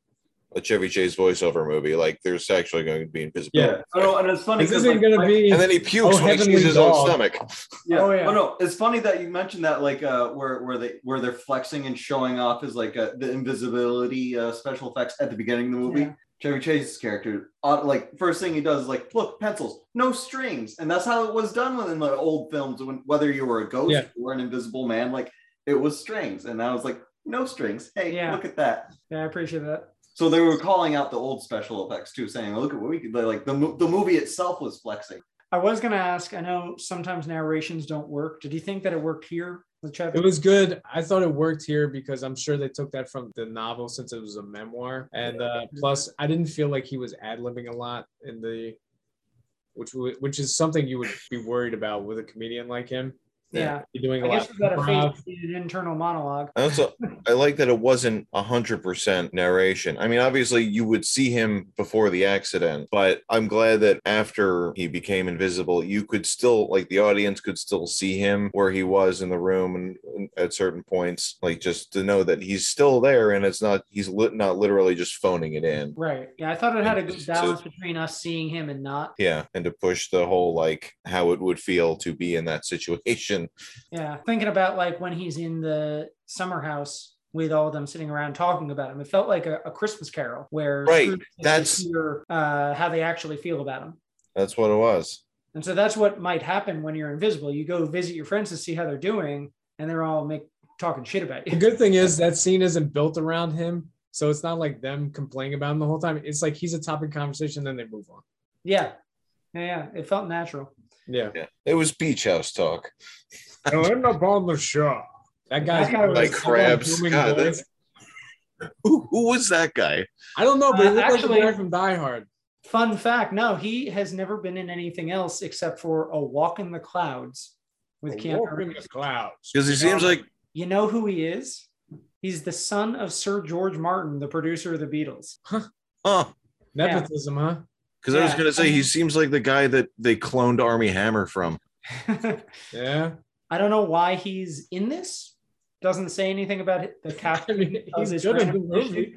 S2: a Chevy Chase voiceover movie. Like there's actually going to be invisibility.
S1: Yeah.
S3: oh, no, and it's funny.
S1: This
S3: 'cause,
S1: isn't
S3: like,
S1: gonna
S3: like-
S1: be.
S2: And then he pukes
S1: Oh,
S2: when he
S1: heavenly
S2: sees his
S1: dog.
S2: own stomach.
S3: Yeah.
S4: Oh,
S3: Oh,
S4: yeah.
S3: no, it's funny that you mentioned that, like, uh, where where they where they're flexing and showing off is like uh, the invisibility uh, special effects at the beginning of the movie.
S4: Yeah.
S3: Chevy Chase's character, uh, like, first thing he does is like, look, pencils, no strings, and that's how it was done within the old films. When whether you were a ghost
S1: Yeah.
S3: or an invisible man, like it was strings, and I was like, no strings. Hey,
S4: Yeah.
S3: look at that.
S4: Yeah, I appreciate that.
S3: So they were calling out the old special effects too, saying, look at what we could like. The mo- the movie itself was flexing.
S4: I was gonna ask. I know sometimes narrations don't work. Did you think that it worked here with Chevy?
S1: It was good. I thought it worked here because I'm sure they took that from the novel since it was a memoir. And uh, plus, I didn't feel like he was ad libbing a lot in the, which w- which is something you would be worried about with a comedian like him.
S4: yeah.
S1: You're doing a
S4: I
S1: lot.
S4: guess
S1: Of
S4: you got a
S1: improv.
S4: face an internal monologue.
S2: I also I like that it wasn't hundred percent narration. I mean, obviously you would see him before the accident, but I'm glad that after he became invisible, you could still like the audience could still see him where he was in the room and, and at certain points, like just to know that he's still there and it's not he's lit, not literally just phoning it in.
S4: Right. Yeah, I thought it had a good
S2: So-
S4: balance between us seeing him and not.
S2: Yeah, and to push the whole like how it would feel to be in that situation.
S4: Yeah. Thinking about like when he's in the summer house with all of them sitting around talking about him. It felt like a, a Christmas carol where
S2: Right,
S4: Scrooge gets to
S2: that's-
S4: hear, uh, how they actually feel about him.
S2: That's what it was.
S4: And so that's what might happen when you're invisible. You go visit your friends to see how they're doing, and they're all make talking shit about
S1: The
S4: you.
S1: good thing is that scene isn't built around him. So it's not like them complaining about him the whole time. It's like he's a topic of conversation, then they move on.
S4: Yeah. Yeah, yeah. It felt natural.
S1: Yeah.
S2: Yeah. It was beach house talk.
S1: He'll end up on the show. That guy's
S4: That guy was-
S2: Like
S1: that
S2: crabs.
S1: booming
S2: God,
S1: voice.
S2: that- who, who was that guy?
S1: I don't know, but
S4: Uh,
S1: he looked
S4: actually-
S1: like the guy from Die Hard.
S4: Fun fact: No, he has never been in anything else except for a Walk in the Clouds with
S1: A
S4: Keanu.
S1: Walk in
S4: Reeves.
S1: the clouds.
S2: Because he seems like
S4: You know who he is? He's the son of Sir George Martin, the producer of the Beatles.
S2: oh,
S1: Nepotism, huh?
S2: because I was
S4: Yeah.
S2: gonna say he seems like the guy that they cloned Army Hammer from.
S1: Yeah.
S4: I don't know why he's in this. Doesn't say anything about it- the
S1: I
S4: captain.
S1: mean,
S4: of
S1: he's
S4: this
S1: good in the
S4: random
S1: movie.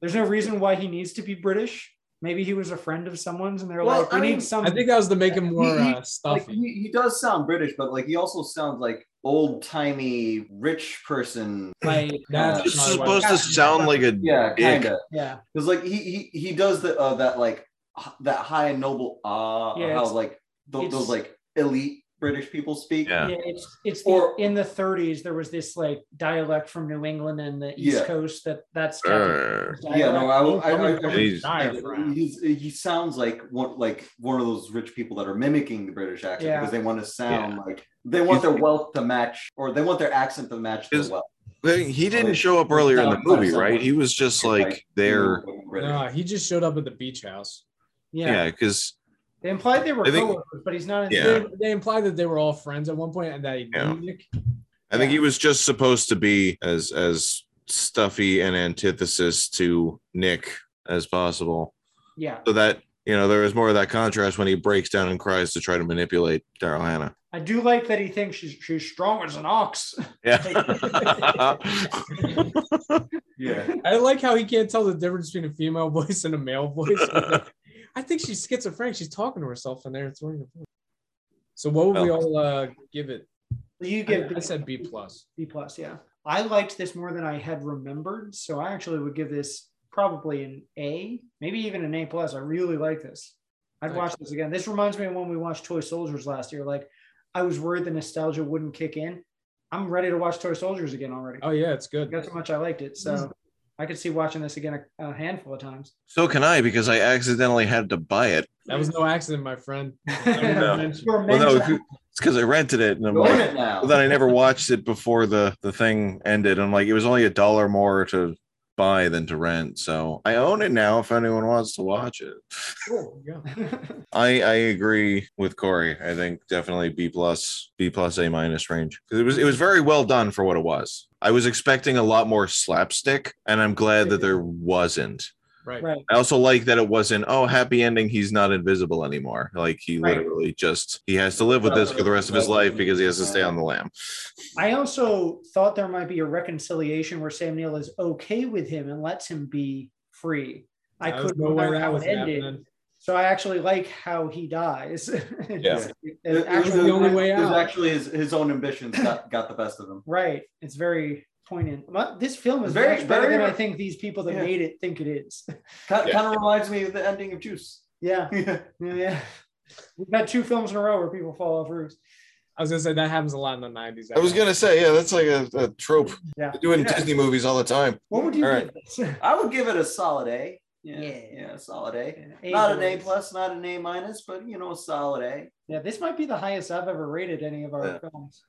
S4: There's no reason why he needs to be British. Maybe he was a friend of someone's, and they're
S3: Well,
S4: like, "We
S3: I mean,
S4: need some."
S1: I think that was to make him more
S3: He- he-
S1: uh,
S3: Like,
S1: stuffy.
S3: he, he does sound British, but like he also sounds like old timey rich person.
S4: Like
S1: That's
S2: It's
S1: not
S2: supposed to sound like a
S3: Yeah,
S2: dick.
S3: kind of.
S4: yeah,
S3: Because like he, he he does the uh, that like h- that high and noble ah
S4: Yeah,
S3: or how
S4: it's-
S3: like those,
S4: it's-
S3: those like elite British people speak.
S2: Yeah.
S4: yeah. It's it's
S3: Or-
S4: the, in the 30s there was this like dialect from New England and the East
S3: Yeah.
S4: Coast that that's
S2: Arr.
S3: Yeah, no, I, will- I, I, I,
S2: Jeez.
S1: Diaphragm.
S3: He's, he sounds like one like one of those rich people that are mimicking the British accent
S4: Yeah.
S3: because they want to sound like they want their wealth to match or they want their accent to match their
S2: Is-
S3: wealth.
S2: He didn't show up earlier in the movie, right? He was just like there.
S3: British.
S1: No, he just showed up at the beach house.
S4: yeah.
S2: Yeah, because
S4: They implied they were
S2: I think-
S4: coworkers, but he's not.
S2: Yeah.
S1: They, they implied that they were all friends at one point and that he
S2: Yeah.
S1: knew Nick.
S2: I think he was just supposed to be as as stuffy an antithesis to Nick as possible.
S4: Yeah,
S2: So that you know, there was more of that contrast when he breaks down and cries to try to manipulate Daryl Hannah.
S4: I do like that he thinks she's she's strong as an ox.
S2: Yeah.
S3: Yeah.
S1: I like how he can't tell the difference between a female voice and a male voice. I think she's schizophrenic. She's talking to herself in there. It's really important. So what would we
S2: Oh.
S1: all uh, give it?
S4: You
S1: I,
S4: give
S1: I said B plus.
S4: B plus, yeah. I liked this more than I had remembered, so I actually would give this probably an A, maybe even an A plus. I really like this. I'd watch this again. This reminds me of when we watched Toy Soldiers last year. Like, I was worried the nostalgia wouldn't kick in. I'm ready to watch Toy Soldiers again already.
S1: Oh yeah, it's good.
S4: That's how much I liked it. So I could see watching this again a, a handful of times.
S2: so can I because I accidentally had to buy it.
S1: That was no accident, my friend.
S2: No.
S1: Mention.
S4: You're
S2: Well,
S4: meant
S2: no,
S4: to-
S2: it's because I rented it and I'm
S3: Go in
S2: like,
S3: it now.
S2: Well, then I never watched it before the the thing ended. I'm like, it was only a dollar more to buy than to rent, so I own it now. If anyone wants to watch it,
S1: Cool. Yeah.
S2: I I agree with Corey. I think definitely B plus B plus A minus range. 'Cause It was it was very well done for what it was. I was expecting a lot more slapstick, and I'm glad that there wasn't.
S1: Right.
S4: right.
S2: I also like that it wasn't oh happy ending. He's not invisible anymore. Like he
S4: Right.
S2: literally just he has to live with this for the rest of his life because he has to stay on the lamb.
S4: I also thought there might be a reconciliation where Sam Neill is okay with him and lets him be free. I
S1: was
S4: couldn't remember how it ended,
S1: happening.
S4: so I actually like how he dies.
S2: Yeah.
S3: It-
S4: It's
S3: it was
S1: the
S4: actually-
S1: only way
S3: it was
S1: out.
S3: actually his, his own ambitions got, got the best of him.
S4: right. It's very poignant. Mu- This film is
S3: Very-
S4: much better
S3: very-
S4: than I think these people that
S3: Yeah.
S4: made it think it is.
S3: Kind,
S2: Yeah.
S3: kind of reminds me of the ending of Juice.
S4: yeah, yeah, yeah. We've had two films in a row where people fall off roofs.
S1: I was gonna say that happens a lot in the nineties.
S2: I was gonna say, yeah, that's like a, a trope.
S4: Yeah.
S2: They do it in
S3: Yeah.
S2: Disney movies all the time.
S4: What would you
S2: All
S4: give this?
S3: I would give it a solid A. Yeah,
S4: Yeah.
S3: yeah, solid A. Not an A plus, not an A minus, but you know, a solid A.
S4: Yeah, this might be the highest I've ever rated any of our
S2: Yeah.
S4: films.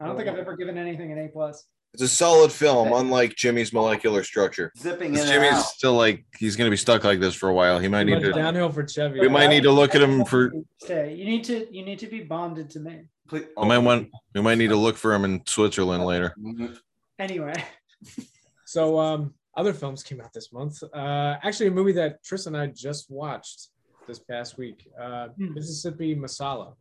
S4: I don't think I've ever given anything an A plus.
S2: It's a solid film, unlike Jimmy's molecular structure.
S3: Zipping in
S2: Because
S3: and
S2: Jimmy's
S3: out.
S2: still like he's gonna be stuck like this for a while. He might need to.
S1: downhill for Chevy.
S2: We might need to look at him for.
S4: Stay. You need to you need to be bonded to me.
S3: Ple-
S2: We might want. We might need to look for him in Switzerland later.
S4: Anyway,
S1: So um, other films came out this month. Uh, actually, a movie that Tris and I just watched this past week, uh,
S4: Hmm.
S1: Mississippi Masala.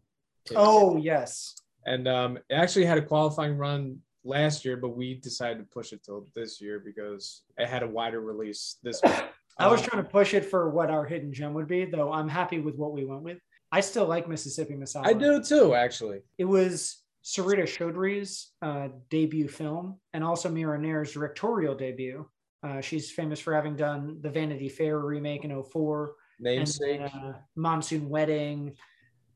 S1: came out.
S4: oh yes,
S1: and um, it actually had a qualifying run last year, but we decided to push it till this year because it had a wider release this.
S4: I was
S1: Um,
S4: trying to push it for what our hidden gem would be, though. I'm happy with what we went with. I still like Mississippi Massage.
S1: I do too, actually.
S4: It was Sarita Chaudhry's uh, debut film, and also Mira Nair's directorial debut. Uh, she's famous for having done the Vanity Fair remake in 04, and
S1: Namesake.
S4: then, uh, Monsoon Wedding.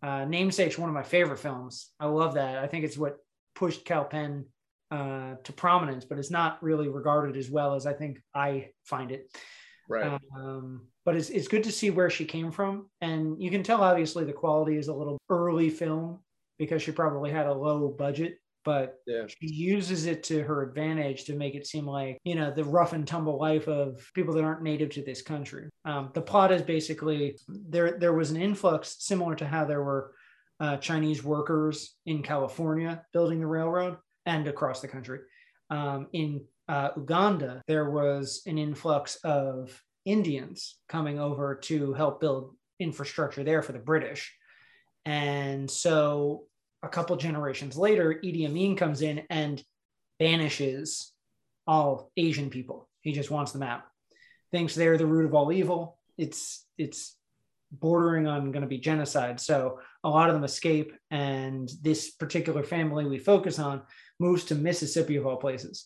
S4: Uh, Namesake's one of my favorite films. I love that. I think it's what pushed Cal Penn uh, to prominence, but it's not really regarded as well as I think I find it.
S1: right.
S4: Um, but it's, it's good to see where she came from. And you can tell, obviously, the quality is a little early film because she probably had a low budget, but
S1: Yeah.
S4: she uses it to her advantage to make it seem like, you know, the rough and tumble life of people that aren't native to this country. Um, the plot is basically there, there was an influx similar to how there were uh, Chinese workers in California building the railroad and across the country. Um, in uh, Uganda, there was an influx of Indians coming over to help build infrastructure there for the British. And so a couple generations later, Idi Amin comes in and banishes all Asian people. He just wants them out. Thinks they're the root of all evil. It's it's bordering on going to be genocide. So a lot of them escape, and this particular family we focus on moves to Mississippi of all places.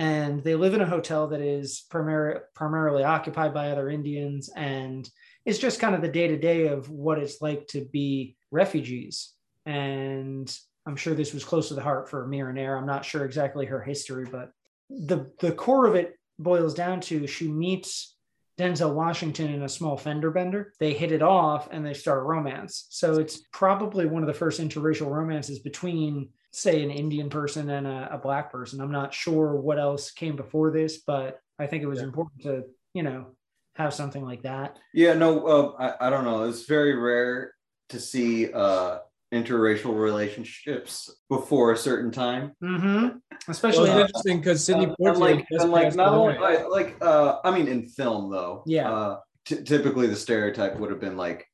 S4: And they live in a hotel that is primar- primarily occupied by other Indians, and it's just kind of the day to day of what it's like to be refugees. And I'm sure this was close to the heart for Miranair. I'm not sure exactly her history, but the the core of it boils down to she meets Denzel Washington in a small fender bender. They hit it off and they start a romance. So it's probably one of the first interracial romances between, say, an Indian person and a, a black person. I'm not sure what else came before this, but I think it was
S1: Yeah.
S4: important to, you know, have something like that.
S3: Yeah, no, uh, I, I don't know. It's very rare to see uh, interracial relationships before a certain time.
S4: Mm-hmm.
S1: Well,
S4: Especially,
S1: it's interesting because Sidney
S4: uh,
S3: Um,
S1: Poitier
S3: unlike,
S1: just
S3: unlike
S1: passed
S3: not only,
S1: away.
S3: I- like uh, I mean, in film though,
S4: Yeah.
S3: uh, ty- typically the stereotype would have been like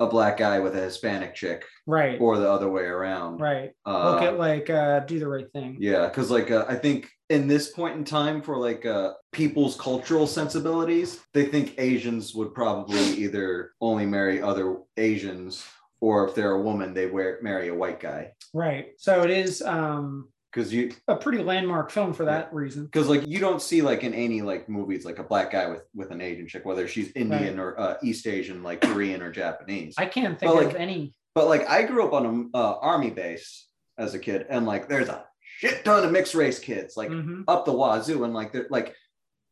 S3: a black guy with a Hispanic chick,
S4: right,
S3: or the other way around.
S4: right.
S3: Uh,
S4: Look at like uh, do the right thing.
S3: Yeah, because like uh, I think in this point in time, for like uh, people's cultural sensibilities, they think Asians would probably either only marry other Asians, or if they're a woman, they wear, marry a white guy.
S4: Right. So it is um,
S3: Because you,
S4: a pretty landmark film for that reason.
S3: because like you don't see like in any like movies like a black guy with with an Asian chick, whether she's Indian or uh, East Asian, like Korean or Japanese.
S4: I can't think
S3: Well,
S4: of
S3: like-
S4: any.
S3: But like I grew up on a uh, army base as a kid, and like there's a shit ton of mixed race kids, like
S4: Mhm.
S3: up the wazoo and like they're like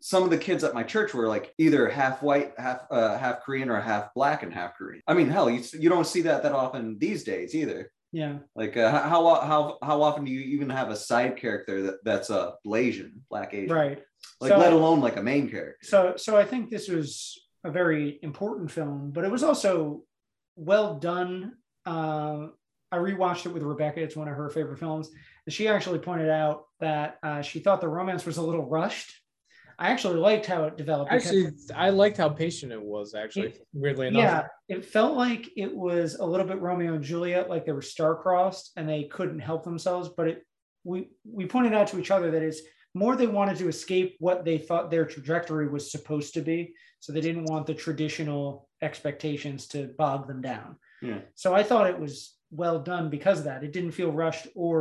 S3: some of the kids at my church were like either half white half uh, half korean or half black and half korean i mean hell you, you don't see that that often these days either
S4: Yeah.
S3: like uh, how how how often do you even have a side character that that's a blasian black asian
S4: Right.
S3: like
S4: So-
S3: let alone like a main character
S4: So so I think this was a very important film, but it was also well done. Um, I rewatched it with Rebecca. It's one of her favorite films. And she actually pointed out that uh, she thought the romance was a little rushed. I actually liked how it developed. because-
S1: Actually, I liked how patient it was. Actually, weirdly enough,
S4: yeah, it felt like it was a little bit Romeo and Juliet, like they were star-crossed and they couldn't help themselves. But it, we we pointed out to each other that it's more they wanted to escape what they thought their trajectory was supposed to be, so they didn't want the traditional expectations to bog them down.
S3: Yeah.
S4: So I thought it was well done because of that. It didn't feel rushed or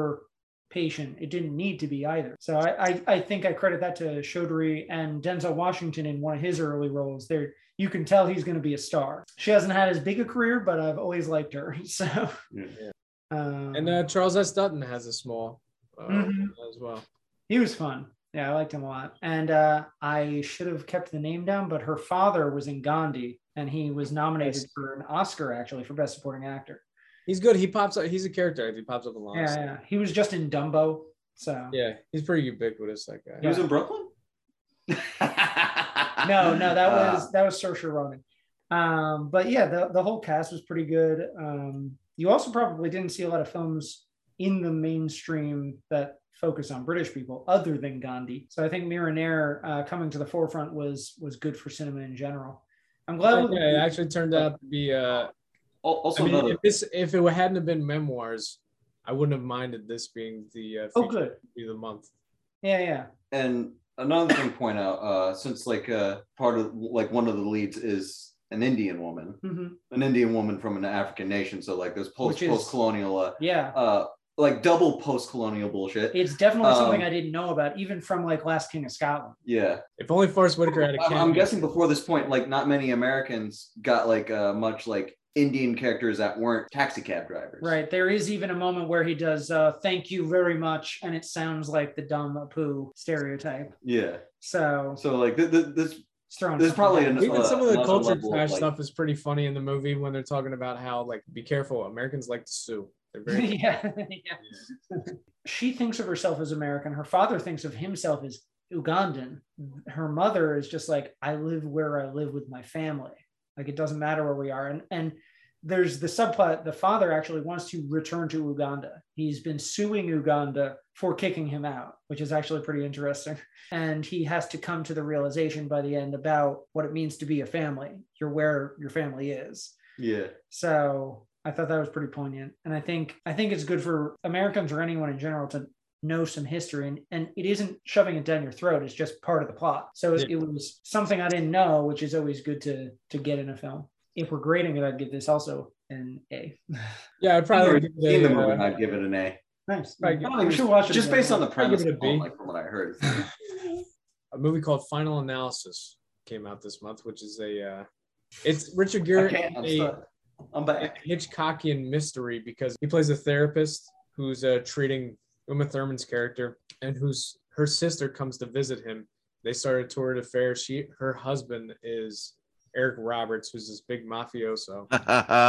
S4: patient. It didn't need to be either. So I I, I think I credit that to Chaudhry and Denzel Washington in one of his early roles. There you can tell he's going to be a star. She hasn't had as big a career, but I've always liked her. So,
S3: Yeah.
S1: Yeah.
S4: um,
S1: and uh, Charles S. Dutton has a small uh,
S4: Mhm.
S1: as well.
S4: he was fun. Yeah, I liked him a lot. And uh, I should have kept the name down, but her father was in Gandhi, and he was nominated
S1: Nice.
S4: for an Oscar actually for Best Supporting Actor.
S1: He's good. He pops up. He's a character. He pops up a lot.
S4: Yeah, yeah, he was just in Dumbo. So
S1: Yeah, he's pretty ubiquitous. That guy.
S3: he was in brooklyn
S4: no,
S3: no
S4: no, that
S1: Uh,
S4: was that was Saoirse Ronan. Um, but yeah, the, the whole cast was pretty good. Um, you also probably didn't see a lot of films in the mainstream that focus on British people other than Gandhi. So I think Miranair uh, coming to the forefront was was good for cinema in general. I'm glad.
S1: Yeah, it actually turned out to be. Uh, I
S3: also
S1: mean,
S3: another
S1: if this if it hadn't have been memoirs, I wouldn't have minded this being the uh,
S4: oh,
S1: feature
S4: good.
S1: movie of the month.
S4: Yeah, yeah.
S3: and another thing to point out uh since like uh part of like one of the leads is an indian woman
S4: hmm
S3: an Indian woman from an African nation. So like there's post
S4: Which is-
S3: post colonial uh,
S4: Yeah.
S3: uh like double post colonial bullshit.
S4: It's definitely something
S3: Um,
S4: I didn't know about, even from like Last King of Scotland.
S3: Yeah,
S1: If only Forrest Whitaker had a
S3: I'm,
S1: cameo.
S3: I'm guessing before this point, like not many Americans got like uh, much like Indian characters that weren't taxi cab drivers.
S4: Right. There is even a moment where he does uh, thank you very much, and it sounds like the dumb poo stereotype.
S3: Yeah.
S4: So
S3: So like th- th- this
S4: it's thrown.
S3: There's
S4: something
S3: probably
S4: out.
S3: an-
S1: Even some of the
S3: another
S1: culture
S3: level of,
S1: trash
S3: like-
S1: stuff is pretty funny in the movie when they're talking about how like be careful, Americans like to sue. They're very
S4: yeah, yeah. She thinks of herself as American. Her father thinks of himself as Ugandan. Her mother is just like, I live where I live with my family. Like it doesn't matter where we are. And and there's the subplot. The father actually wants to return to Uganda. He's been suing Uganda for kicking him out, which is actually pretty interesting. And he has to come to the realization by the end about what it means to be a family. You're where your family is.
S3: Yeah.
S4: So I thought that was pretty poignant. And I think I think it's good for Americans or anyone in general to know some history and, and it isn't shoving it down your throat. It's just part of the plot. So it, it was something I didn't know, which is always good to to get in a film. if we're grading it, I'd give this also an A.
S1: Yeah, I probably uh,
S3: I've seen the
S1: give it
S3: movie,
S1: a,
S3: and I'd give it an A.
S4: Nice.
S1: Right,
S4: Oh,
S1: give-
S4: you should watch it.
S3: uh, Just
S4: again.
S3: based on the premise,
S1: it a B.
S3: alone, like from what I heard.
S1: a movie called Final Analysis came out this month, which is a uh, it's Richard
S3: I
S1: Gere
S3: can't. I'm
S1: in a
S3: stuck. I'm back.
S1: Hitchcockian mystery because he plays a therapist who's uh, treating Uma Thurman's character and whose her sister comes to visit him. They start a torrid affair. She her husband is Eric Roberts, who's this big mafioso,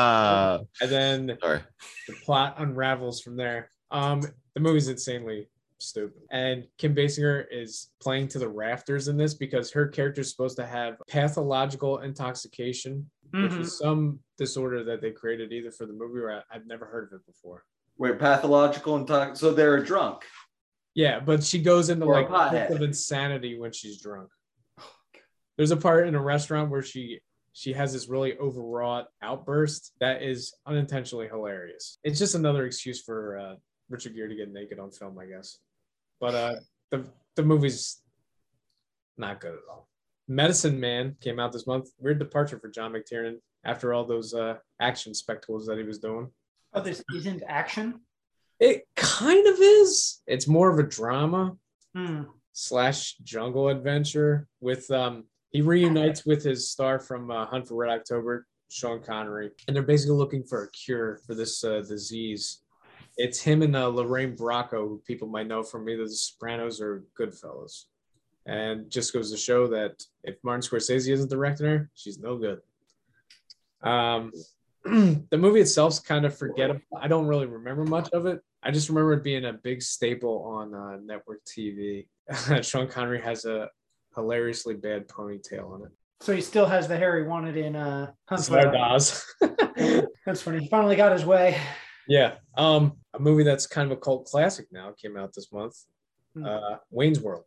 S1: and then
S2: Sorry.
S1: the plot unravels from there. Um, the movie's insanely stupid. And Kim Basinger is playing to the rafters in this because her character's supposed to have pathological intoxication, which
S4: Mhm.
S1: is some disorder that they created either for the movie or I, I've never heard of it before.
S3: Wait, pathological and talk. So they're drunk.
S1: Yeah, but she goes into
S3: Or a
S1: like fits
S3: pothead.
S1: of insanity when she's drunk. There's a part in a restaurant where she she has this really overwrought outburst that is unintentionally hilarious. It's just another excuse for uh, Richard Gere to get naked on film, I guess. But uh, the the movie's not good at all. Medicine Man came out this month. Weird departure for John McTiernan after all those uh, action spectacles that he was doing.
S4: Oh, this isn't action.
S1: It kind of is. It's more of a drama
S4: Hmm.
S1: slash jungle adventure with um he reunites with his star from uh, Hunt for Red October, Sean Connery, and they're basically looking for a cure for this uh, disease. It's him and uh, Lorraine Bracco, who people might know from either The Sopranos or Goodfellas, and just goes to show that if Martin Scorsese isn't directing her, she's no good. Um, the movie itself's kind of forgettable. I don't really remember much of it. I just remember it being a big staple on uh, network TV. Sean Connery has a hilariously bad ponytail on it.
S4: So he still has the hair he wanted in uh, Hunt for
S1: So
S4: Red
S1: does.
S4: That's funny. He finally got his way.
S1: yeah. Um, a movie that's kind of a cult classic now came out this month.
S4: Hmm.
S1: Uh, Wayne's World.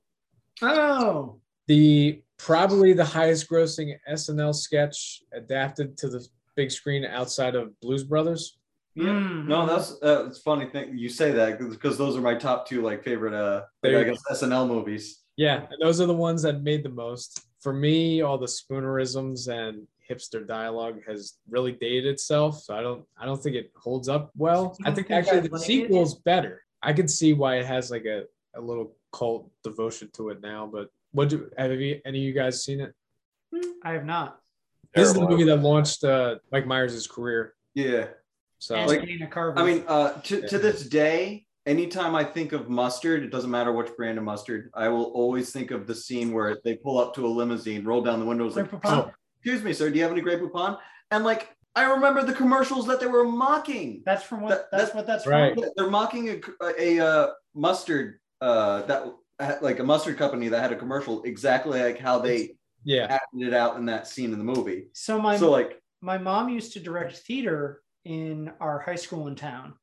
S4: Oh,
S1: the probably the highest grossing SNL sketch adapted to the big screen outside of Blues Brothers.
S4: Mm.
S3: No, that's uh, it's funny thing you say that because those are my top two like favorite uh like,
S1: There
S3: I
S1: you
S3: guess SNL movies.
S1: Yeah, and those are the ones that made the most. For me, all the spoonerisms and hipster dialogue has really dated itself. So I don't I don't think it holds up well.
S4: You
S1: I
S4: don't
S1: think
S4: think
S1: actually
S4: I'd
S1: the
S4: like it?
S1: sequel's better. I could see why it has like a, a little cult devotion to it now, but what do have you, any of you guys seen it?
S4: I have not.
S1: This is the
S2: Terrible.
S1: movie that launched uh, Mike Myers' career.
S3: Yeah.
S1: So
S4: Ask
S3: Like-
S4: Dana Carvey.
S3: I mean, uh to, to this day, anytime I think of mustard, it doesn't matter which brand of mustard, I will always think of the scene where they pull up to a limousine, roll down the windows
S4: Grey
S3: like
S1: Oh,
S4: Poupon?
S3: excuse me, sir, do you have any Grey Poupon? And like I remember the commercials that they were mocking.
S4: that's from what.
S3: that-
S4: that's what that's
S1: Right.
S4: from.
S3: They're mocking a, a uh, mustard uh that like a mustard company that had a commercial exactly like how they
S1: yeah.
S3: acted it out in that scene in the movie.
S4: So my
S3: so like
S4: my mom used to direct theater in our high school in town.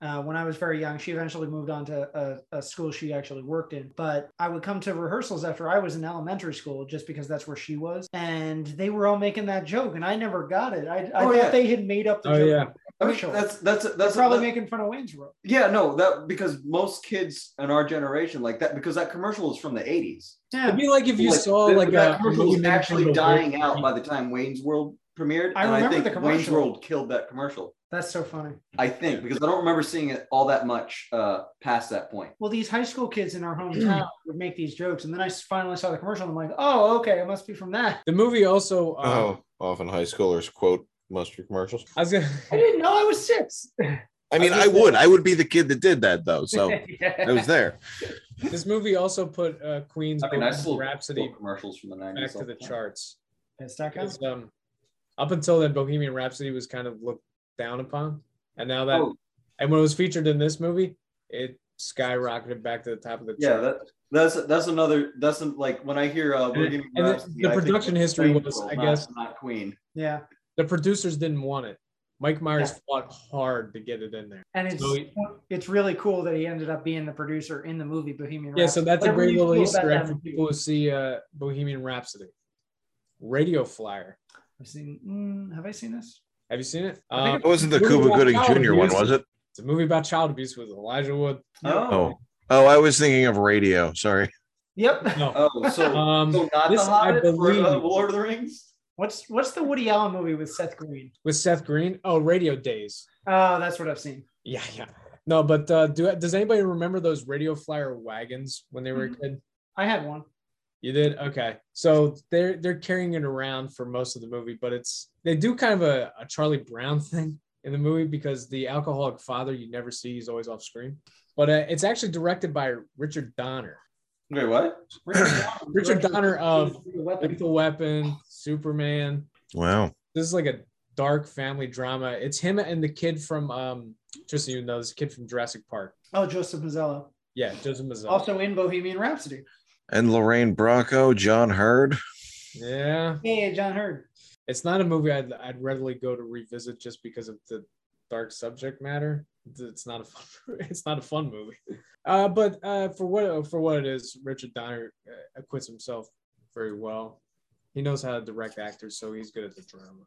S4: Uh, when I was very young, she eventually moved on to a, a school she actually worked in. But I would come to rehearsals after I was in elementary school just because that's where she was. And they were all making that joke, and I never got it. I, I
S3: Oh,
S4: thought
S3: yeah.
S4: they had made up the
S1: Oh
S4: joke.
S1: yeah,
S3: I mean,
S4: Commercial.
S3: that's that's that's,
S4: They're probably
S3: that-
S4: making fun of Wayne's World.
S3: yeah no that because most kids in our generation like that because that commercial is from the eighties.
S1: it'd
S4: Yeah.
S1: be like if you
S3: Like,
S1: saw
S3: that-
S1: like uh,
S3: that
S1: a
S3: commercial
S1: movie
S3: was
S1: maker
S3: actually
S1: from a
S3: dying
S1: great-
S3: out by the time Wayne's World premiered.
S4: I
S3: and I
S4: remember
S3: think
S4: the
S3: Wayne's
S4: commercial.
S3: World killed that commercial.
S4: That's so funny.
S3: I think because I don't remember seeing it all that much uh, past that point.
S4: Well, these high school kids in our hometown would make these jokes. And then I s- finally saw the commercial and I'm like, oh, okay, it must be from that.
S1: The movie also. Uh,
S2: Oh, often high schoolers quote mustard commercials.
S1: I was gonna.
S4: I didn't know I was six.
S2: I mean, I would. I would be the kid that did that though. So I was there.
S1: This movie also put uh, Queen's
S3: I mean, I
S1: Bohemian
S3: still
S1: Rhapsody
S3: still commercials from the
S1: back
S3: nineties
S1: to the charts.
S4: Pets.com?
S1: 'Cause, um, up until then, Bohemian Rhapsody was kind of looked down upon, and now that
S3: Oh,
S1: and when it was featured in this movie, it skyrocketed back to the top of the
S3: yeah,
S1: chart.
S3: that, that's that's another that's an- like when I hear uh, Bohemian
S1: and the-
S3: Rhapsody,
S1: the
S3: I think
S1: production history
S3: Wayne's
S1: was,
S3: World,
S1: I
S3: not-
S1: guess-
S3: not Queen.
S4: Yeah.
S1: the producers didn't want it. Mike Myers fought hard to get it in there.
S4: And it's
S1: So he-
S4: it's really cool that he ended up being the producer in the movie Bohemian
S1: Yeah, so
S4: Rhapsody.
S1: that's a
S4: Whatever
S1: great
S4: you
S1: little
S4: feel
S1: Easter
S4: about
S1: egg
S4: that
S1: for
S4: movie.
S1: people who see uh, Bohemian Rhapsody. Radio Flyer.
S4: I've seen, mm, have I seen this?
S1: Have you seen it?
S4: I think
S1: Um,
S2: It wasn't the
S1: Who
S2: Cuba
S1: was
S2: Gooding
S1: Howard
S2: Jr. one,
S1: Hughes?
S2: was it?
S1: It's a movie about child abuse with Elijah Wood.
S2: Oh, oh, I was thinking of Radio. Sorry.
S4: Yep.
S1: No.
S3: Oh, so,
S1: Um,
S3: so not
S1: this,
S3: the uh,
S1: I
S3: Hobbit or
S1: believe,
S3: uh, Lord of the Rings?
S4: What's what's the Woody Allen movie with Seth Green?
S1: with Seth Green. Oh, Radio Days.
S4: Oh, that's what I've seen.
S1: Yeah, yeah. No, but uh, do does anybody remember those Radio Flyer wagons when they were a kid?
S4: I had one.
S1: You did okay. So they're they're carrying it around for most of the movie, but it's they do kind of a, a Charlie Brown thing in the movie because the alcoholic father you never see he's always off screen. But uh, it's actually directed by Richard Donner.
S3: Wait, what?
S1: Richard Donner of
S4: The Weapon.
S1: Lethal Weapon, Superman.
S2: Wow.
S1: This is like a dark family drama. It's him and the kid from um just so you know, this kid from Jurassic Park.
S4: Oh, Joseph Mazzello.
S1: Yeah, Joseph Mazzello.
S4: Also in Bohemian Rhapsody.
S2: And Lorraine Bracco, John Hurd.
S1: yeah,
S4: Hey, John Hurd.
S1: it's not a movie I'd, I'd readily go to revisit just because of the dark subject matter. It's- It's not a fun. It's not a fun movie. Uh, but uh, for what for what it is, Richard Donner uh, acquits himself very well. He knows how to direct actors, so he's good at the drama.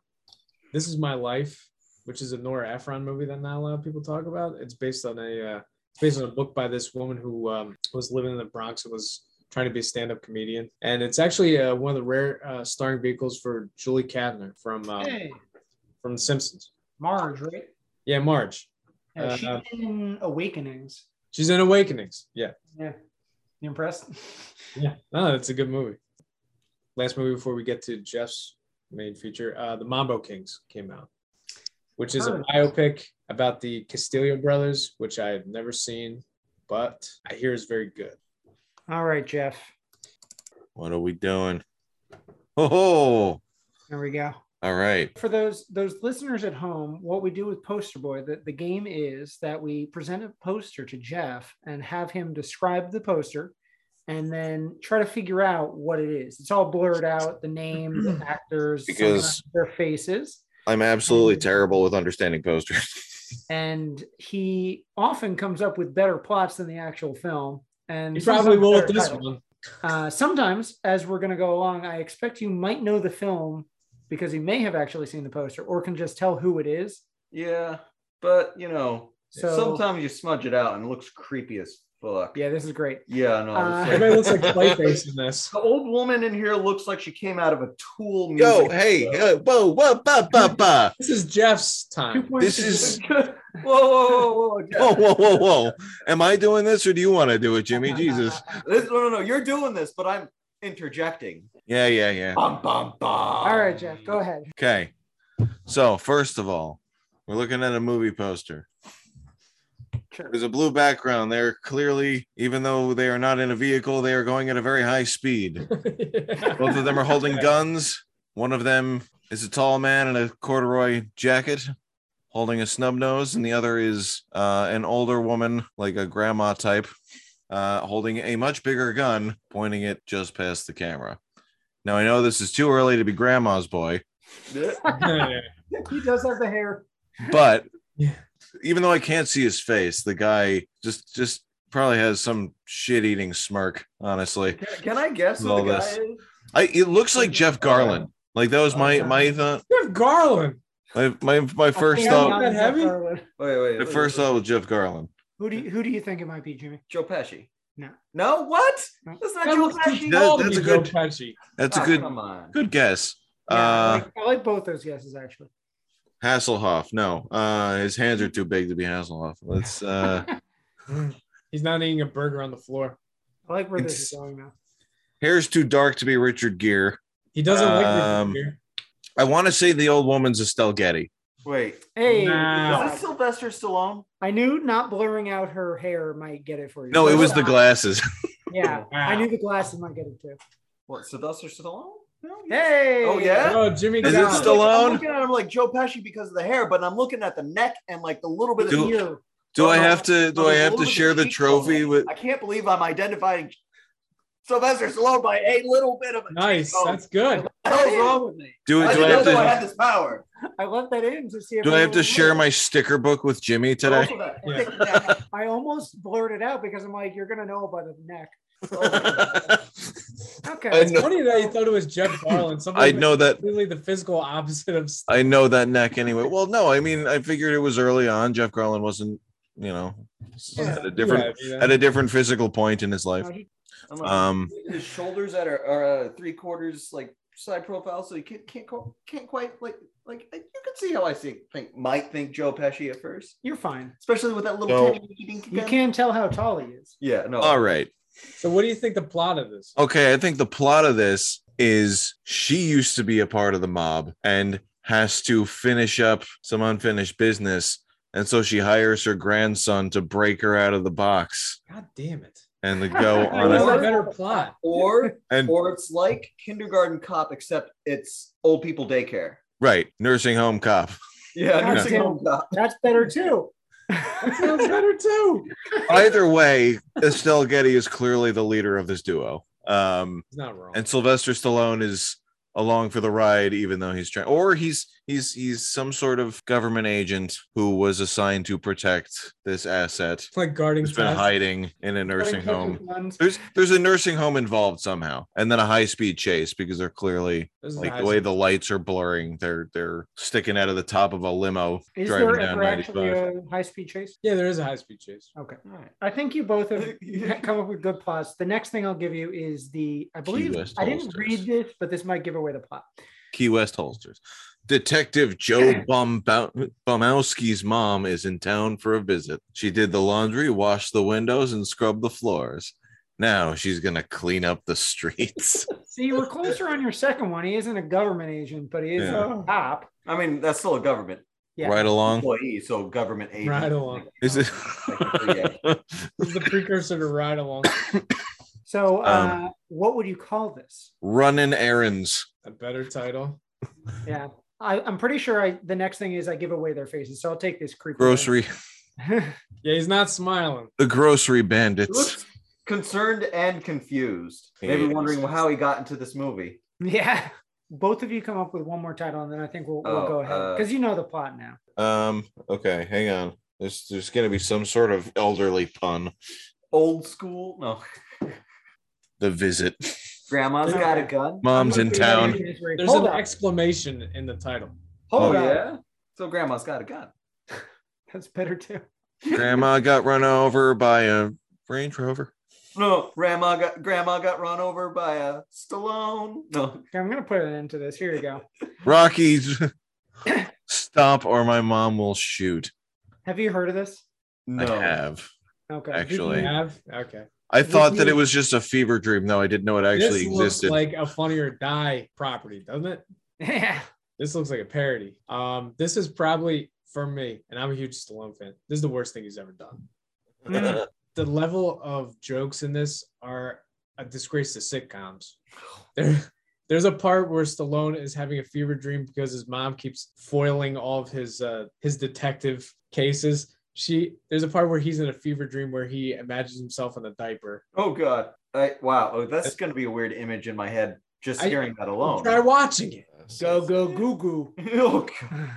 S1: This is my life, which is a Nora Ephron movie that not a lot of people talk about. It's based on a uh, it's based on a book by this woman who um, was living in the Bronx and was trying to be a stand-up comedian. And it's actually uh, one of the rare uh, starring vehicles for Julie Kavner from um,
S4: Hey,
S1: from The Simpsons.
S4: Marge, right?
S1: Yeah, Marge.
S4: Yeah, she's
S1: Uh,
S4: in Awakenings.
S1: She's in Awakenings. Yeah.
S4: Yeah. You impressed?
S1: Yeah. No, that's a good movie. Last movie before we get to Jeff's main feature, uh, The Mambo Kings came out, which is a
S4: Heard.
S1: biopic about the Castillo brothers, which I have never seen, but I hear is very good.
S4: All right, Jeff.
S2: What are we doing? Oh,
S4: There we go.
S2: all right.
S4: for those those listeners at home, what we do with Poster Boy, the, the game is that we present a poster to Jeff and have him describe the poster and then try to figure out what it is. It's all blurred out, the name, the actors,
S2: Because-
S4: sometimes their faces.
S2: I'm absolutely terrible with understanding posters.
S4: And he often comes up with better plots than the actual film. And
S1: You probably
S4: sometimes
S1: will with
S4: better
S1: this
S4: titles.
S1: one.
S4: Uh, sometimes, as we're going to go along, I expect you might know the film because you may have actually seen the poster or can just tell who it is.
S3: Yeah, but you know,
S4: So
S3: sometimes you smudge it out and it looks creepy as fuck.
S4: yeah, this is great.
S3: Yeah, no.
S4: Uh,
S3: it's like-
S1: Everybody looks like Clayface in this.
S3: the old woman in here looks like she came out of a Tool music.
S2: Yo, hey,
S3: video.
S2: uh, whoa, whoa, ba, ba, ba.
S1: This is Jeff's
S4: Two
S1: time.
S4: points
S2: Um, This
S4: to
S2: is-
S3: whoa, whoa, whoa, whoa, Jeff.
S2: Whoa, whoa, whoa, whoa. Am I doing this or do you want to do it, Jimmy? Jesus.
S3: This, no, no, no. You're doing this, but I'm interjecting.
S2: Yeah, yeah, yeah.
S3: Bum, bum, bum.
S4: All right, Jeff, go ahead.
S2: Okay. So, first of all, we're looking at a movie poster.
S4: Sure.
S2: There's a blue background. They're clearly, even though they are not in a vehicle, they are going at a very high speed. Both of them are holding guns. One of them is a tall man in a corduroy jacket holding a snub nose, and the other is uh, an older woman, like a grandma type, uh, holding a much bigger gun, pointing it just past the camera. Now, I know this is too early to be grandma's boy,
S4: He does have the hair.
S2: but
S1: Yeah.
S2: even though I can't see his face, the guy just just probably has some shit-eating smirk. Honestly,
S3: Can, can I guess who
S2: All
S3: the guy
S2: this.
S3: is?
S2: I it looks like Jeff Garland. Like that was my my thought.
S1: Jeff Garland.
S2: My my, my first
S4: Oh, Yeah,
S2: thought.
S4: not
S1: That
S4: Jeff
S1: heavy?
S4: Garland.
S3: Wait, wait.
S2: My
S3: wait,
S2: first
S3: wait.
S2: thought was Jeff Garland.
S4: Who do you, who do you think it might be, Jimmy?
S3: Joe Pesci.
S4: No.
S3: No, what?
S4: No.
S3: That's not
S1: That
S3: Joe
S1: looks
S3: Pesci.
S1: too
S2: That-
S1: tall to
S2: that's
S1: be
S2: a
S1: Joe
S2: good-
S1: Pesci.
S2: That's a
S3: Oh,
S2: good
S3: Come on.
S2: good guess.
S4: Yeah, I,
S2: Uh,
S4: like, I like both those guesses actually.
S2: Hasselhoff. No, uh, his hands are too big to be Hasselhoff. Let's. Uh,
S1: He's not eating a burger on the floor.
S4: I like where this
S2: it's-
S4: is going now.
S2: hair's too dark to be Richard Gere.
S1: He doesn't
S2: Um,
S1: like Richard
S2: I want to say the old woman's Estelle Getty.
S3: Wait. Is
S4: Hey, Uh,
S1: Nah.
S3: this Sylvester Stallone?
S4: I knew not blurring out her hair might get it for you.
S2: No, it was the
S4: glass.
S2: glasses.
S4: Yeah,
S1: Wow.
S4: I knew the glasses might get it too.
S3: What Sylvester Stallone? No, yeah.
S4: Hey.
S3: Oh, yeah?
S1: Gere. Oh, Jimmy
S2: Is it
S1: Garland.
S2: still- Stallone?
S3: I'm looking at him like Joe Pesci because of the hair, but I'm looking at the neck and like the little bit of
S2: Do-
S3: ear.
S4: You.
S2: Do I
S3: Oh, no.
S2: have to? Do
S3: Oh,
S2: I
S3: there's a
S2: have to
S3: little
S2: share the
S3: cheekbone.
S2: trophy with?
S3: I can't believe I'm identifying Sylvester Stallone by a little bit of a
S1: Nice.
S4: Oh.
S3: cheekbone.
S1: That's good.
S3: What the hell's wrong with me?
S2: Do,
S3: I
S2: do I
S3: didn't
S2: have
S3: know I
S2: to?
S3: had this power.
S4: I left that in to see if
S2: Do I have to
S4: anyone
S2: share
S4: knew.
S2: my sticker book with Jimmy today?
S3: Also that
S1: Yeah.
S3: thick neck.
S4: I almost blurted out because I'm like, you're gonna know by the neck. Okay.
S2: I know.
S1: Funny that you thought it was Jeff Garland. Somebody
S2: I know that.
S1: Completely the physical opposite of.
S2: I know that neck anyway. Well, no, I mean, I figured it was early on. Jeff Garland wasn't, you know,
S4: Yeah.
S2: at a different
S1: Yeah, you know.
S2: at a different physical point in his life.
S4: No, he-
S3: I'm like,
S2: Um,
S3: his shoulders that are, are uh, three quarters like side profile, so you can't can't co- can't quite like like I- you can see how I see think might think Joe Pesci at first,
S4: You're fine.
S3: especially with that
S2: No.
S3: little tiny dink
S4: You
S3: again.
S4: can tell how tall he is.
S3: Yeah, no.
S2: All right.
S1: So, what do you think the plot of this?
S2: Okay, I think the plot of this is she used to be a part of the mob and has to finish up some unfinished business. And so she hires her grandson to break her out of the box
S1: God damn it!
S2: and to go
S1: I
S2: on
S1: want
S2: a
S1: a better plot.
S3: Or
S2: and
S3: or it's like kindergarten cop, except it's old people daycare.
S2: right nursing home cop.
S3: Yeah,
S4: Yeah.
S3: nursing home cop.
S4: That's better too.
S1: That sounds better too.
S2: Either way, Estelle Getty is clearly the leader of this duo. Um,
S1: He's not wrong.
S2: and Sylvester Stallone is along for the ride, even though he's trying, or he's he's he's some sort of government agent who was assigned to protect this asset
S1: like guarding
S2: who's been
S1: Tess.
S2: hiding in a nursing
S4: Putting
S2: home.
S4: people's guns-
S2: There's there's a nursing home involved somehow, and then a high speed chase because they're clearly
S1: This is
S2: like
S1: high
S2: the way
S1: school.
S2: the lights are blurring, they're they're sticking out of the top of a limo
S4: Is
S2: driving
S4: there
S2: down
S4: ever actually
S2: 95.
S4: a high speed chase?
S1: yeah, there is a high speed chase.
S4: Okay.
S3: All right.
S4: I think you both have come up with good plots. The next thing I'll give you is the, I believe,
S2: West
S4: I didn't
S2: Holsters.
S4: read this, but this might give away the plot.
S2: Key West holsters. Detective Joe Bum- Bumowski's mom is in town for a visit. She did the laundry, washed the windows, and scrubbed the floors. Now she's gonna clean up the streets.
S4: See, we're closer on your second one. He isn't a government agent, but he is
S2: Yeah.
S4: a cop.
S3: I mean, that's still a government
S4: Yeah.
S2: Right along.
S3: employee, so government agent.
S1: Right along.
S2: Is it?
S3: Technically,
S1: This is the precursor to Ride Along.
S4: So, uh,
S2: Um,
S4: what would you call this?
S2: Running errands.
S1: A better title.
S4: Yeah. I, I'm pretty sure I the next thing is I give away their faces. So I'll take this creepy one.
S2: Grocery.
S1: Yeah, he's not smiling.
S2: The grocery
S3: He
S2: bandits.
S3: looks concerned and confused. Maybe
S2: Yes.
S3: wondering how he got into this movie.
S4: yeah. Both of you come up with one more title, and then I think we'll, we'll
S3: Oh,
S4: go ahead
S3: uh,
S4: because you know the plot now.
S2: Um. Okay. Hang on. There's there's gonna be some sort of elderly pun.
S3: Old school? No.
S2: The visit.
S3: Grandma's got a gun.
S2: Mom's in
S4: I'm gonna
S2: town.
S4: give you this right-
S1: There's
S4: Hold
S1: an
S4: on.
S1: exclamation in the title.
S4: Hold
S3: oh
S4: on.
S3: yeah. So grandma's got a gun.
S4: That's better too.
S2: Grandma got run over by a Range Rover.
S3: No, grandma got grandma got run over by a Stallone. No,
S4: Okay, I'm gonna put an end to this. Here you go.
S2: Rocky, stop or my mom will shoot.
S4: Have you heard of this?
S3: no.
S2: I have.
S4: Okay.
S1: You
S2: Actually.
S1: have? Okay.
S2: I thought that
S4: you-
S2: it was just a fever dream, though. I didn't know it actually
S1: this
S2: existed.
S1: looks like a Funny or Die property, doesn't it?
S4: Yeah.
S1: This looks like a parody. Um, this is probably for me, and I'm a huge Stallone fan. This is the worst thing he's ever done.
S4: Mm.
S1: The level of jokes in this are a disgrace to sitcoms. There, there's a part where Stallone is having a fever dream because his mom keeps foiling all of his uh, his detective cases. She there's a part where he's in a fever dream where he imagines himself in a diaper.
S3: Oh god. I, wow. Oh, that's gonna be a weird image in my head just
S1: I-
S3: hearing that alone.
S1: Try watching it.
S4: Go go goo goo.
S3: oh, God.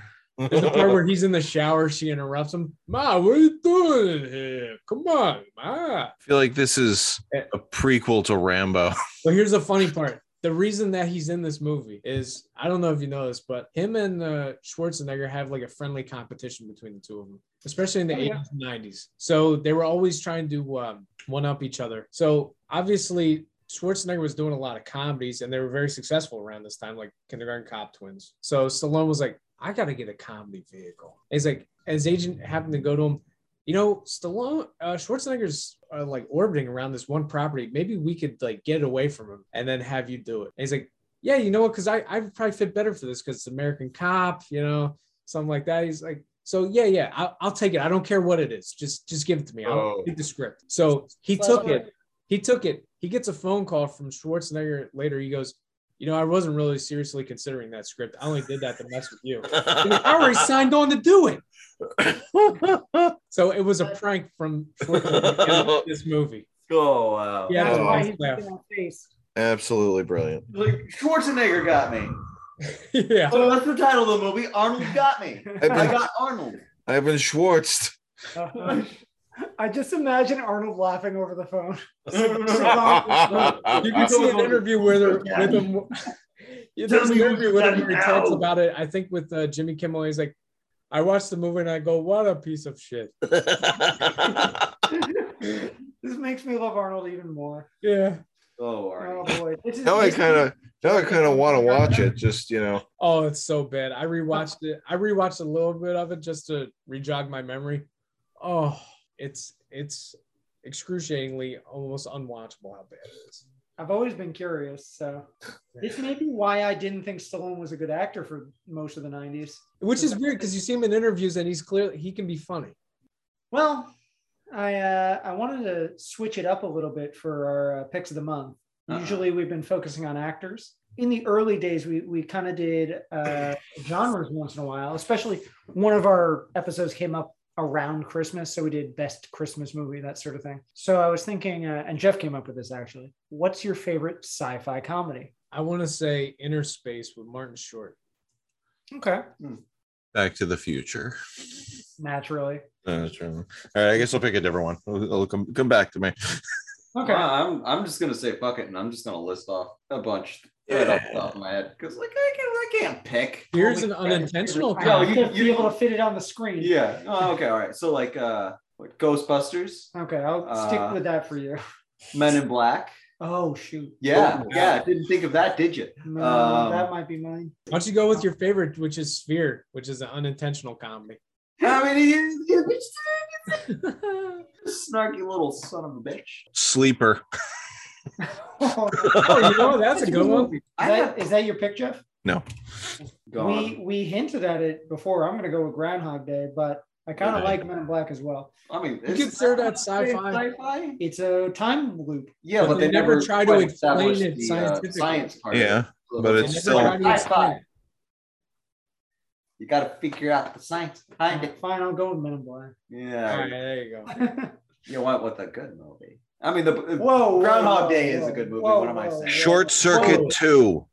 S1: There's a part where he's in the shower. She interrupts him. Ma, what are you doing in here? Come on, ma.
S2: I feel like this is
S1: Eh.
S2: a prequel to Rambo.
S1: But here's the funny part. The reason that he's in this movie is I don't know if you know this, but him and uh, Schwarzenegger have like a friendly competition between the two of them, especially in the
S4: Oh, yeah.
S1: 80s and 90s. So they were always trying to um, one up each other. So obviously, Schwarzenegger was doing a lot of comedies and they were very successful around this time, like Kindergarten Cop Twins. So Stallone was like, I got to get a comedy vehicle. And he's like, and his agent happened to go to him. You know, Stallone, uh, Schwarzenegger's uh, like orbiting around this one property. Maybe we could like get away from him and then have you do it. And he's like, yeah, you know what? Because I I probably fit better for this because it's American Cop, you know, something like that. He's like, so yeah, yeah, I'll, I'll take it. I don't care what it is. Just just give it to me. I'll
S3: Oh.
S1: take the script. So he took it he took it. He gets a phone call from Schwarzenegger later. He goes, you know, I wasn't really seriously considering that script. I only did that to mess with you. And I already signed on to do it. so it was a prank from Schwarzenegger in this movie.
S3: Oh wow.
S1: Yeah,
S4: That's
S2: Oh.
S4: why he's making that face.
S2: Absolutely brilliant.
S3: Like Schwarzenegger got me.
S1: yeah.
S3: Oh, that's the title of the movie. Arnold got me. I got Arnold.
S2: I've been Schwartzed.
S4: I just imagine Arnold laughing over the phone.
S1: You can see an interview where they're with him. Yeah, There's an interview with him where he talks about it. I think with uh, Jimmy Kimmel, he's like, I watched the movie and I go, what a piece of shit.
S4: This makes me love Arnold even more.
S1: Yeah.
S3: Oh,
S4: Oh
S3: Arnie.
S4: boy, this is.
S2: Now I
S4: this-
S2: kind of now I kind of want to watch it. Just you know,
S1: Oh, it's so bad. I rewatched it. I rewatched a little bit of it just to rejog my memory. Oh, it's it's excruciatingly almost unwatchable how bad it is.
S4: I've always been curious, so this may be why I didn't think Stallone was a good actor for most of the '90s.
S1: Which is weird because you see him in interviews and he's clearly he can be funny.
S4: Well, I uh, I wanted to switch it up a little bit for our uh, picks of the month.
S3: Uh-uh.
S4: Usually, we've been focusing on actors. In the early days, we we kind of did uh, genres once in a while. Especially one of our episodes came up around Christmas, so we did best Christmas movie, that sort of thing. So I was thinking, uh, and Jeff came up with this actually. What's your favorite sci-fi comedy?
S1: I want to say Inner Space with Martin Short.
S4: Okay,
S2: Back to the Future.
S4: naturally.
S2: Uh, that's wrong. All right, I guess I'll pick a different one. It'll it'll come come back to me.
S4: Okay.
S3: Uh, I'm I'm just gonna say fuck it, and I'm just gonna list off a bunch right off the top of my head because like I can I can't pick.
S1: Here's
S3: Holy
S1: an
S3: crap.
S1: unintentional
S4: I
S3: No,
S1: comment.
S4: have
S3: you-
S4: to
S3: you-
S4: be able to fit it on the screen.
S3: Yeah. Oh, okay. All right. So like uh, what, Ghostbusters,
S4: Okay, I'll stick
S3: Uh,
S4: with that for you.
S3: Men in Black.
S4: Oh shoot.
S3: Yeah.
S1: Oh,
S3: yeah. I didn't think of that, did you?
S4: No,
S3: Um,
S4: that might be mine.
S1: Why don't you go with your favorite, which is Sphere, which is an unintentional comedy.
S3: I mean, you- you
S1: Oh,
S3: bitch, snarky little son of a bitch.
S2: Sleeper.
S4: Oh,
S1: Oh, you know what? that's a good one.
S3: I
S4: that-
S3: have
S4: is that your pick, Jeff? We
S3: gone.
S4: we hinted at it before. I'm going to go with Groundhog Day, but I kind of
S2: Yeah.
S4: like Men in Black as well.
S3: I mean,
S1: You
S3: it's-
S1: consider that sci-fi?
S3: sci-fi?
S4: It's a time loop.
S3: Yeah, but, they, never, try to explain it
S1: scientifically.
S3: uh, science part. of
S2: Yeah,
S3: it. So
S2: but
S3: they
S1: They
S2: it's
S3: never
S1: never
S2: still-
S1: try
S3: tried
S1: to
S3: to
S1: explain
S3: sci-fi.
S1: it.
S3: You got to figure out the science behind it.
S4: Fine, I'll go with Men in Black.
S3: Yeah,
S1: All right, there you go.
S3: you want what the good movie? I mean, the
S4: whoa,
S3: Groundhog
S4: whoa,
S3: Day is
S4: whoa,
S3: a good movie.
S4: whoa,
S3: what am I
S4: whoa,
S3: saying?
S2: Short Circuit
S1: Whoa.
S2: Two.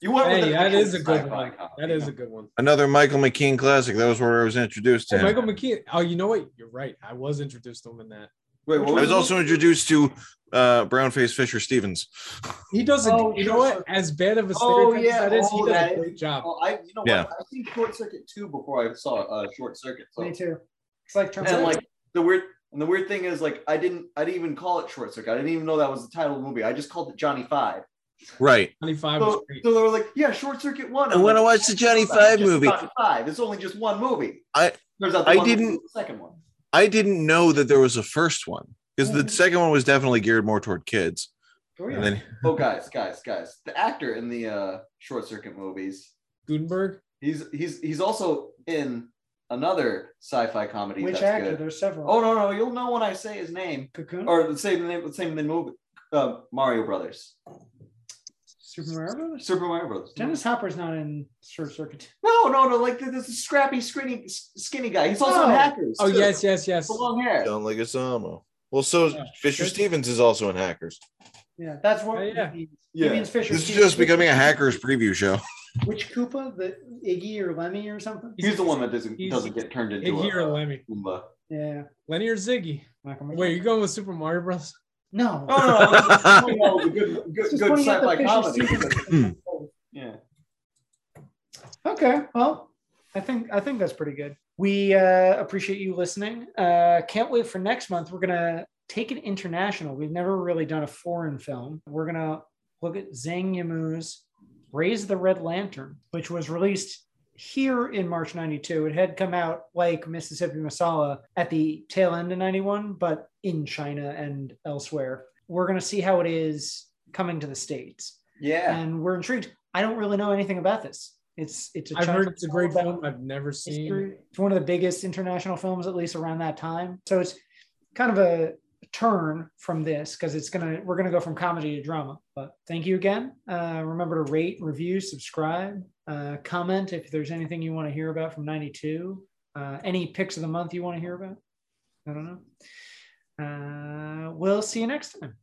S3: You want
S1: Hey,
S3: what the
S1: that
S3: actual
S1: is a good
S3: sci-fi
S1: one.
S3: comedy,
S1: That
S3: you
S1: is
S3: know?
S1: a good one.
S2: Another Michael McKean classic. That was where I was introduced to
S1: Oh,
S2: him.
S1: Michael McKean. Oh, you know what? You're right. I was introduced to him in that.
S3: Wait, what
S2: I was
S3: was
S2: also introduced to uh, Brownface Fisher Stevens.
S1: He doesn't.
S4: Oh,
S1: you know
S4: sure.
S1: what? As bad of a
S3: Oh,
S1: stereotype as
S3: yeah.
S1: that is,
S3: Oh,
S1: he does
S3: that
S1: a
S3: is-
S1: great job.
S3: Oh, I, you know
S2: Yeah.
S3: what? I've seen Short Circuit two before I saw uh, Short Circuit. So.
S4: Me too. It's like
S3: And
S4: Terminator.
S3: like the weird and the weird thing is like I didn't I didn't even call it Short Circuit. I didn't even know that was the title of the movie. I just called it Johnny Five.
S2: Right.
S1: Twenty five was
S3: So,
S1: great.
S3: so they were like, yeah, Short Circuit one.
S2: I want to watch the Johnny Five
S3: Just
S2: movie.
S3: Johnny Five. It's only just one movie.
S2: I-
S3: Turns out the
S2: I
S3: one movie
S2: didn't-
S3: was the second one.
S2: I didn't know that there was a first one because the
S4: Mhm.
S2: second one was definitely geared more toward kids.
S4: Oh, yeah.
S2: And then
S3: Oh, guys, guys, guys. The actor in the uh, Short Circuit movies.
S1: Gutenberg.
S3: He's he's he's also in another sci-fi comedy.
S4: Which
S3: that's
S4: actor?
S3: Good.
S4: There's several.
S3: Oh no no! You'll know when I say his name
S4: Cocoon.
S3: or the same name the same name movie. Uh, Mario Brothers.
S4: Super Mario Brothers.
S3: Super Mario Brothers.
S4: Dennis Hopper's not in Short Circuit.
S3: No, no, no. Like this, this scrappy, skinny, skinny guy. He's also
S4: Oh.
S3: in Hackers.
S1: Oh
S3: too.
S1: yes, yes, yes.
S3: The long hair.
S2: John Leguizamo. Well, so
S1: Yeah.
S2: Fisher Stevens is also in Hackers.
S4: Yeah, that's what
S1: Oh, yeah.
S4: he means. He
S3: Yeah.
S4: means Fisher.
S2: This is
S4: Stevens.
S2: just becoming a Hackers preview show.
S4: Which Koopa? The Iggy or Lemmy or something?
S3: He's the one that doesn't
S1: He's-
S3: doesn't get turned into
S1: Iggy or
S3: a
S1: Lemmy.
S3: Goomba.
S4: Yeah.
S1: Lenny or Ziggy.
S4: Michael
S1: Wait, you going with Super Mario Bros?
S4: No.
S3: Oh no, no, it's just pointing out the good, good,
S4: Just
S3: good
S4: pointing out the
S3: sci-fi
S4: Fisher
S3: comedy.
S4: Stevens.
S2: Hmm.
S3: Yeah.
S4: okay. Well, I think I think that's pretty good. We uh, appreciate you listening. Uh, can't wait for next month. We're gonna take it international. We've never really done a foreign film. We're gonna look at Zhang Yimou's "Raise the Red Lantern," which was released here in March '92. It had come out like Mississippi Masala at the tail end of '91, but in China and elsewhere. We're gonna see how it is coming to the states
S3: Yeah.
S4: and we're intrigued. I don't really know anything about this. It's it's a
S1: I've
S4: Chinese
S1: heard it's a great
S4: about
S1: film. I've never seen.
S4: history. It's one of the biggest international films, at least around that time. So it's kind of a turn from this because it's gonna we're gonna go from comedy to drama. But thank you again. Uh, remember to rate, review, subscribe, uh, comment if there's anything you want to hear about from '92. Uh, any picks of the month you want to hear about? I don't know. Uh, we'll see you next time.